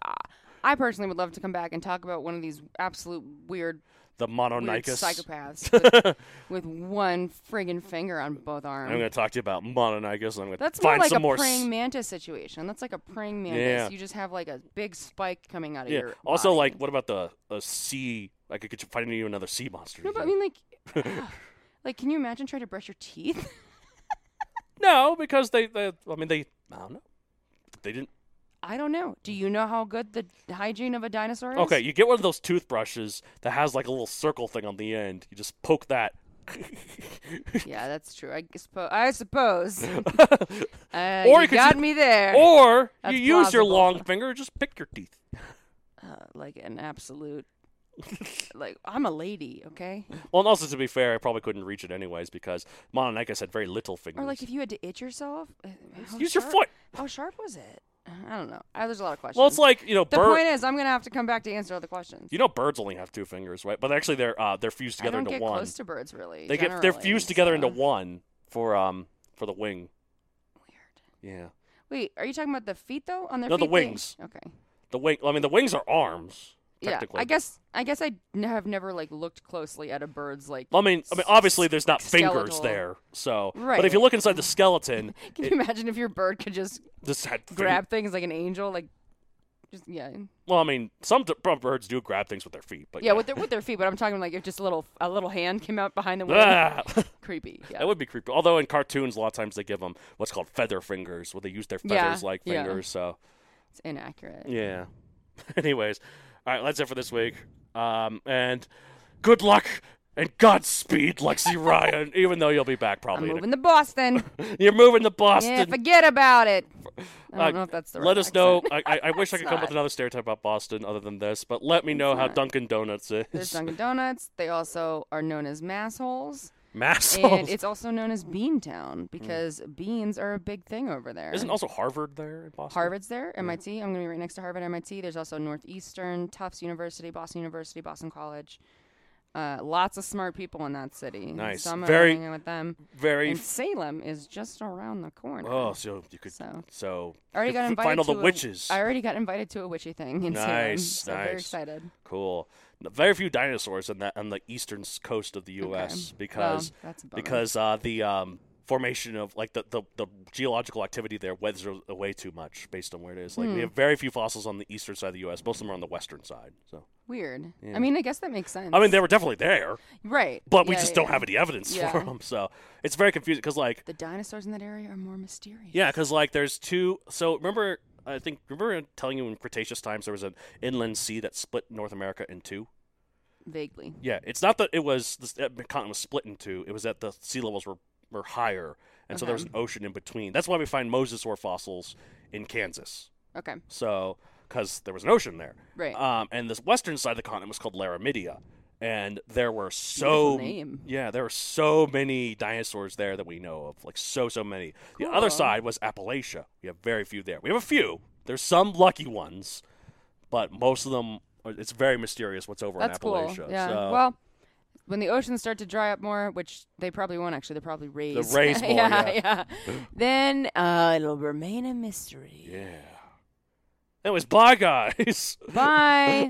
[SPEAKER 6] I personally would love to come back and talk about one of these absolute weird,
[SPEAKER 4] the
[SPEAKER 6] weird
[SPEAKER 4] mononicus.
[SPEAKER 6] psychopaths with, with one friggin' finger on both arms.
[SPEAKER 4] I'm gonna talk to you about mononicus, and I'm gonna
[SPEAKER 6] That's more
[SPEAKER 4] find
[SPEAKER 6] like
[SPEAKER 4] some
[SPEAKER 6] a
[SPEAKER 4] more. s-
[SPEAKER 6] praying mantis situation. That's like a praying mantis.
[SPEAKER 4] Yeah.
[SPEAKER 6] You just have like a big spike coming out of
[SPEAKER 4] yeah.
[SPEAKER 6] your.
[SPEAKER 4] Also,
[SPEAKER 6] body.
[SPEAKER 4] like, what about the a sea? Like, I could you find you another sea monster?
[SPEAKER 6] No,
[SPEAKER 4] you
[SPEAKER 6] but I
[SPEAKER 4] know?
[SPEAKER 6] mean, like, like, can you imagine trying to brush your teeth?
[SPEAKER 4] no, because they, they, I mean, they, I don't know, they didn't.
[SPEAKER 6] I don't know. Do you know how good the hygiene of a dinosaur is?
[SPEAKER 4] Okay, you get one of those toothbrushes that has like a little circle thing on the end. You just poke that.
[SPEAKER 6] Yeah, that's true. I suppose. I suppose. Uh,
[SPEAKER 4] Or
[SPEAKER 6] you
[SPEAKER 4] you could
[SPEAKER 6] got
[SPEAKER 4] ju-
[SPEAKER 6] me there.
[SPEAKER 4] Or
[SPEAKER 6] That's
[SPEAKER 4] you use your
[SPEAKER 6] plausible.
[SPEAKER 4] long finger, just pick your teeth.
[SPEAKER 6] uh, like an absolute. like I'm a lady, okay?
[SPEAKER 4] Well, and also to be fair, I probably couldn't reach it anyways because Mononicus had very little fingers.
[SPEAKER 6] Or like if you had to itch yourself. uh, how
[SPEAKER 4] Use your
[SPEAKER 6] sharp-
[SPEAKER 4] foot.
[SPEAKER 6] How sharp was it? I don't know. Uh, there's a lot of questions.
[SPEAKER 4] well, it's like you know,
[SPEAKER 6] The
[SPEAKER 4] bird.
[SPEAKER 6] point is, I'm gonna have to come back to answer other questions.
[SPEAKER 4] you know, birds only have two fingers, right? But actually, they're uh, they're fused
[SPEAKER 6] I
[SPEAKER 4] together
[SPEAKER 6] don't
[SPEAKER 4] into
[SPEAKER 6] get
[SPEAKER 4] one.
[SPEAKER 6] close to birds really.
[SPEAKER 4] they get they're
[SPEAKER 6] generally,
[SPEAKER 4] fused together into
[SPEAKER 6] so-
[SPEAKER 4] one for um for the wing. Weird. Yeah,
[SPEAKER 6] Wait, are you talking about the feet though? On their
[SPEAKER 4] No, the
[SPEAKER 6] feet they-
[SPEAKER 4] wings.
[SPEAKER 6] Okay.
[SPEAKER 4] the wing. I mean, the wings are arms.
[SPEAKER 6] Yeah,
[SPEAKER 4] Technically.
[SPEAKER 6] I guess I guess I n- have never like looked closely at a bird's like.
[SPEAKER 4] I mean, I mean, obviously, there's not fingers
[SPEAKER 6] Skeletal.
[SPEAKER 4] there. So,
[SPEAKER 6] Right.
[SPEAKER 4] but if you look inside the skeleton,
[SPEAKER 6] Can
[SPEAKER 4] it
[SPEAKER 6] you imagine if your bird could just
[SPEAKER 4] just had fin-
[SPEAKER 6] grab things like an angel, like just yeah,
[SPEAKER 4] Well, I mean, some d- birds do grab things with their feet, but
[SPEAKER 6] yeah, with their with their feet. But I'm talking like if just a little a little hand came out behind the wing,
[SPEAKER 4] Ah!
[SPEAKER 6] creepy. Yeah.
[SPEAKER 4] That would be creepy. Although in cartoons, a lot of times they give them what's called feather fingers, where they use their
[SPEAKER 6] Yeah,
[SPEAKER 4] feathers like
[SPEAKER 6] yeah.
[SPEAKER 4] fingers. So
[SPEAKER 6] it's inaccurate.
[SPEAKER 4] yeah. Anyways, all right, that's it for this week. Um, and good luck and Godspeed, Lexi Ryan. Even though you'll be back
[SPEAKER 6] I'm
[SPEAKER 4] probably, in a-
[SPEAKER 6] moving to Boston.
[SPEAKER 4] you're moving to Boston.
[SPEAKER 6] yeah, forget about it. I don't
[SPEAKER 4] Uh,
[SPEAKER 6] know if that's the right
[SPEAKER 4] let us know.
[SPEAKER 6] accent.
[SPEAKER 4] I, I, I wish I
[SPEAKER 6] It's
[SPEAKER 4] could come up
[SPEAKER 6] not.
[SPEAKER 4] with another stereotype about Boston other than this, but let me know how Dunkin' Donuts is.
[SPEAKER 6] There's Dunkin' Donuts. They also are known as massholes,
[SPEAKER 4] Mass. Hmm.
[SPEAKER 6] and it's also known as Beantown because beans are a big thing over there.
[SPEAKER 4] Isn't also Harvard there in Boston?
[SPEAKER 6] Harvard's there, MIT. I'm going to be right next to Harvard, MIT. There's also Northeastern, Tufts University, Boston University, Boston College. Uh, lots of smart people in that city.
[SPEAKER 4] Nice.
[SPEAKER 6] So I'm gonna be
[SPEAKER 4] Very-
[SPEAKER 6] hanging with them.
[SPEAKER 4] Very.
[SPEAKER 6] And
[SPEAKER 4] f-
[SPEAKER 6] Salem is just around the corner.
[SPEAKER 4] oh, so you could. So,
[SPEAKER 6] So- I already
[SPEAKER 4] you
[SPEAKER 6] got
[SPEAKER 4] could
[SPEAKER 6] invited
[SPEAKER 4] find all the
[SPEAKER 6] to a-
[SPEAKER 4] witches.
[SPEAKER 6] I already got invited to a witchy thing in Salem.
[SPEAKER 4] Nice,
[SPEAKER 6] So very
[SPEAKER 4] nice.
[SPEAKER 6] excited.
[SPEAKER 4] Cool. N- Very few dinosaurs in that on the eastern s- coast of the U.S. because
[SPEAKER 6] Well, that's a bummer.
[SPEAKER 4] because uh, the um, formation of like the, the, the geological activity there weathers a- away too much based on where it is. Like
[SPEAKER 6] Hmm.
[SPEAKER 4] we have very few fossils on the eastern side of the U.S. Most of them are on the western side. So
[SPEAKER 6] Weird. I mean, I guess that makes sense.
[SPEAKER 4] I mean, they were definitely there,
[SPEAKER 6] right.
[SPEAKER 4] but we
[SPEAKER 6] Yeah,
[SPEAKER 4] just
[SPEAKER 6] yeah,
[SPEAKER 4] don't
[SPEAKER 6] yeah.
[SPEAKER 4] have any evidence for
[SPEAKER 6] Yeah.
[SPEAKER 4] 'em. for them. So it's very confusing because like
[SPEAKER 6] The dinosaurs in that area are more mysterious.
[SPEAKER 4] Yeah, because like there's two. So remember, I think remember telling you in Cretaceous times there was an inland sea that split North America in two.
[SPEAKER 6] Vaguely.
[SPEAKER 4] Yeah, it's not that it was this that continent was split in two. It was that the sea levels were were higher, and so there was an ocean in between. That's why we find mosasaur fossils in Kansas.
[SPEAKER 6] Okay.
[SPEAKER 4] So because there was an ocean there,
[SPEAKER 6] Right.
[SPEAKER 4] Um, and this western side of the continent was called Laramidia. And there were so
[SPEAKER 6] Beautiful name.
[SPEAKER 4] yeah, there were so many dinosaurs there that we know of, like so so many. The other side was Appalachia. We have very few there. We have a few. There's some lucky ones, but most of them are- it's very mysterious what's over
[SPEAKER 6] That's
[SPEAKER 4] in Appalachia.
[SPEAKER 6] cool. Yeah.
[SPEAKER 4] So
[SPEAKER 6] Well, when the oceans start to dry up more, which they probably won't actually, they probably raise.
[SPEAKER 4] raise more, yeah.
[SPEAKER 6] yeah. then uh, it'll remain a mystery.
[SPEAKER 4] yeah. Anyways, bye guys.
[SPEAKER 6] Bye.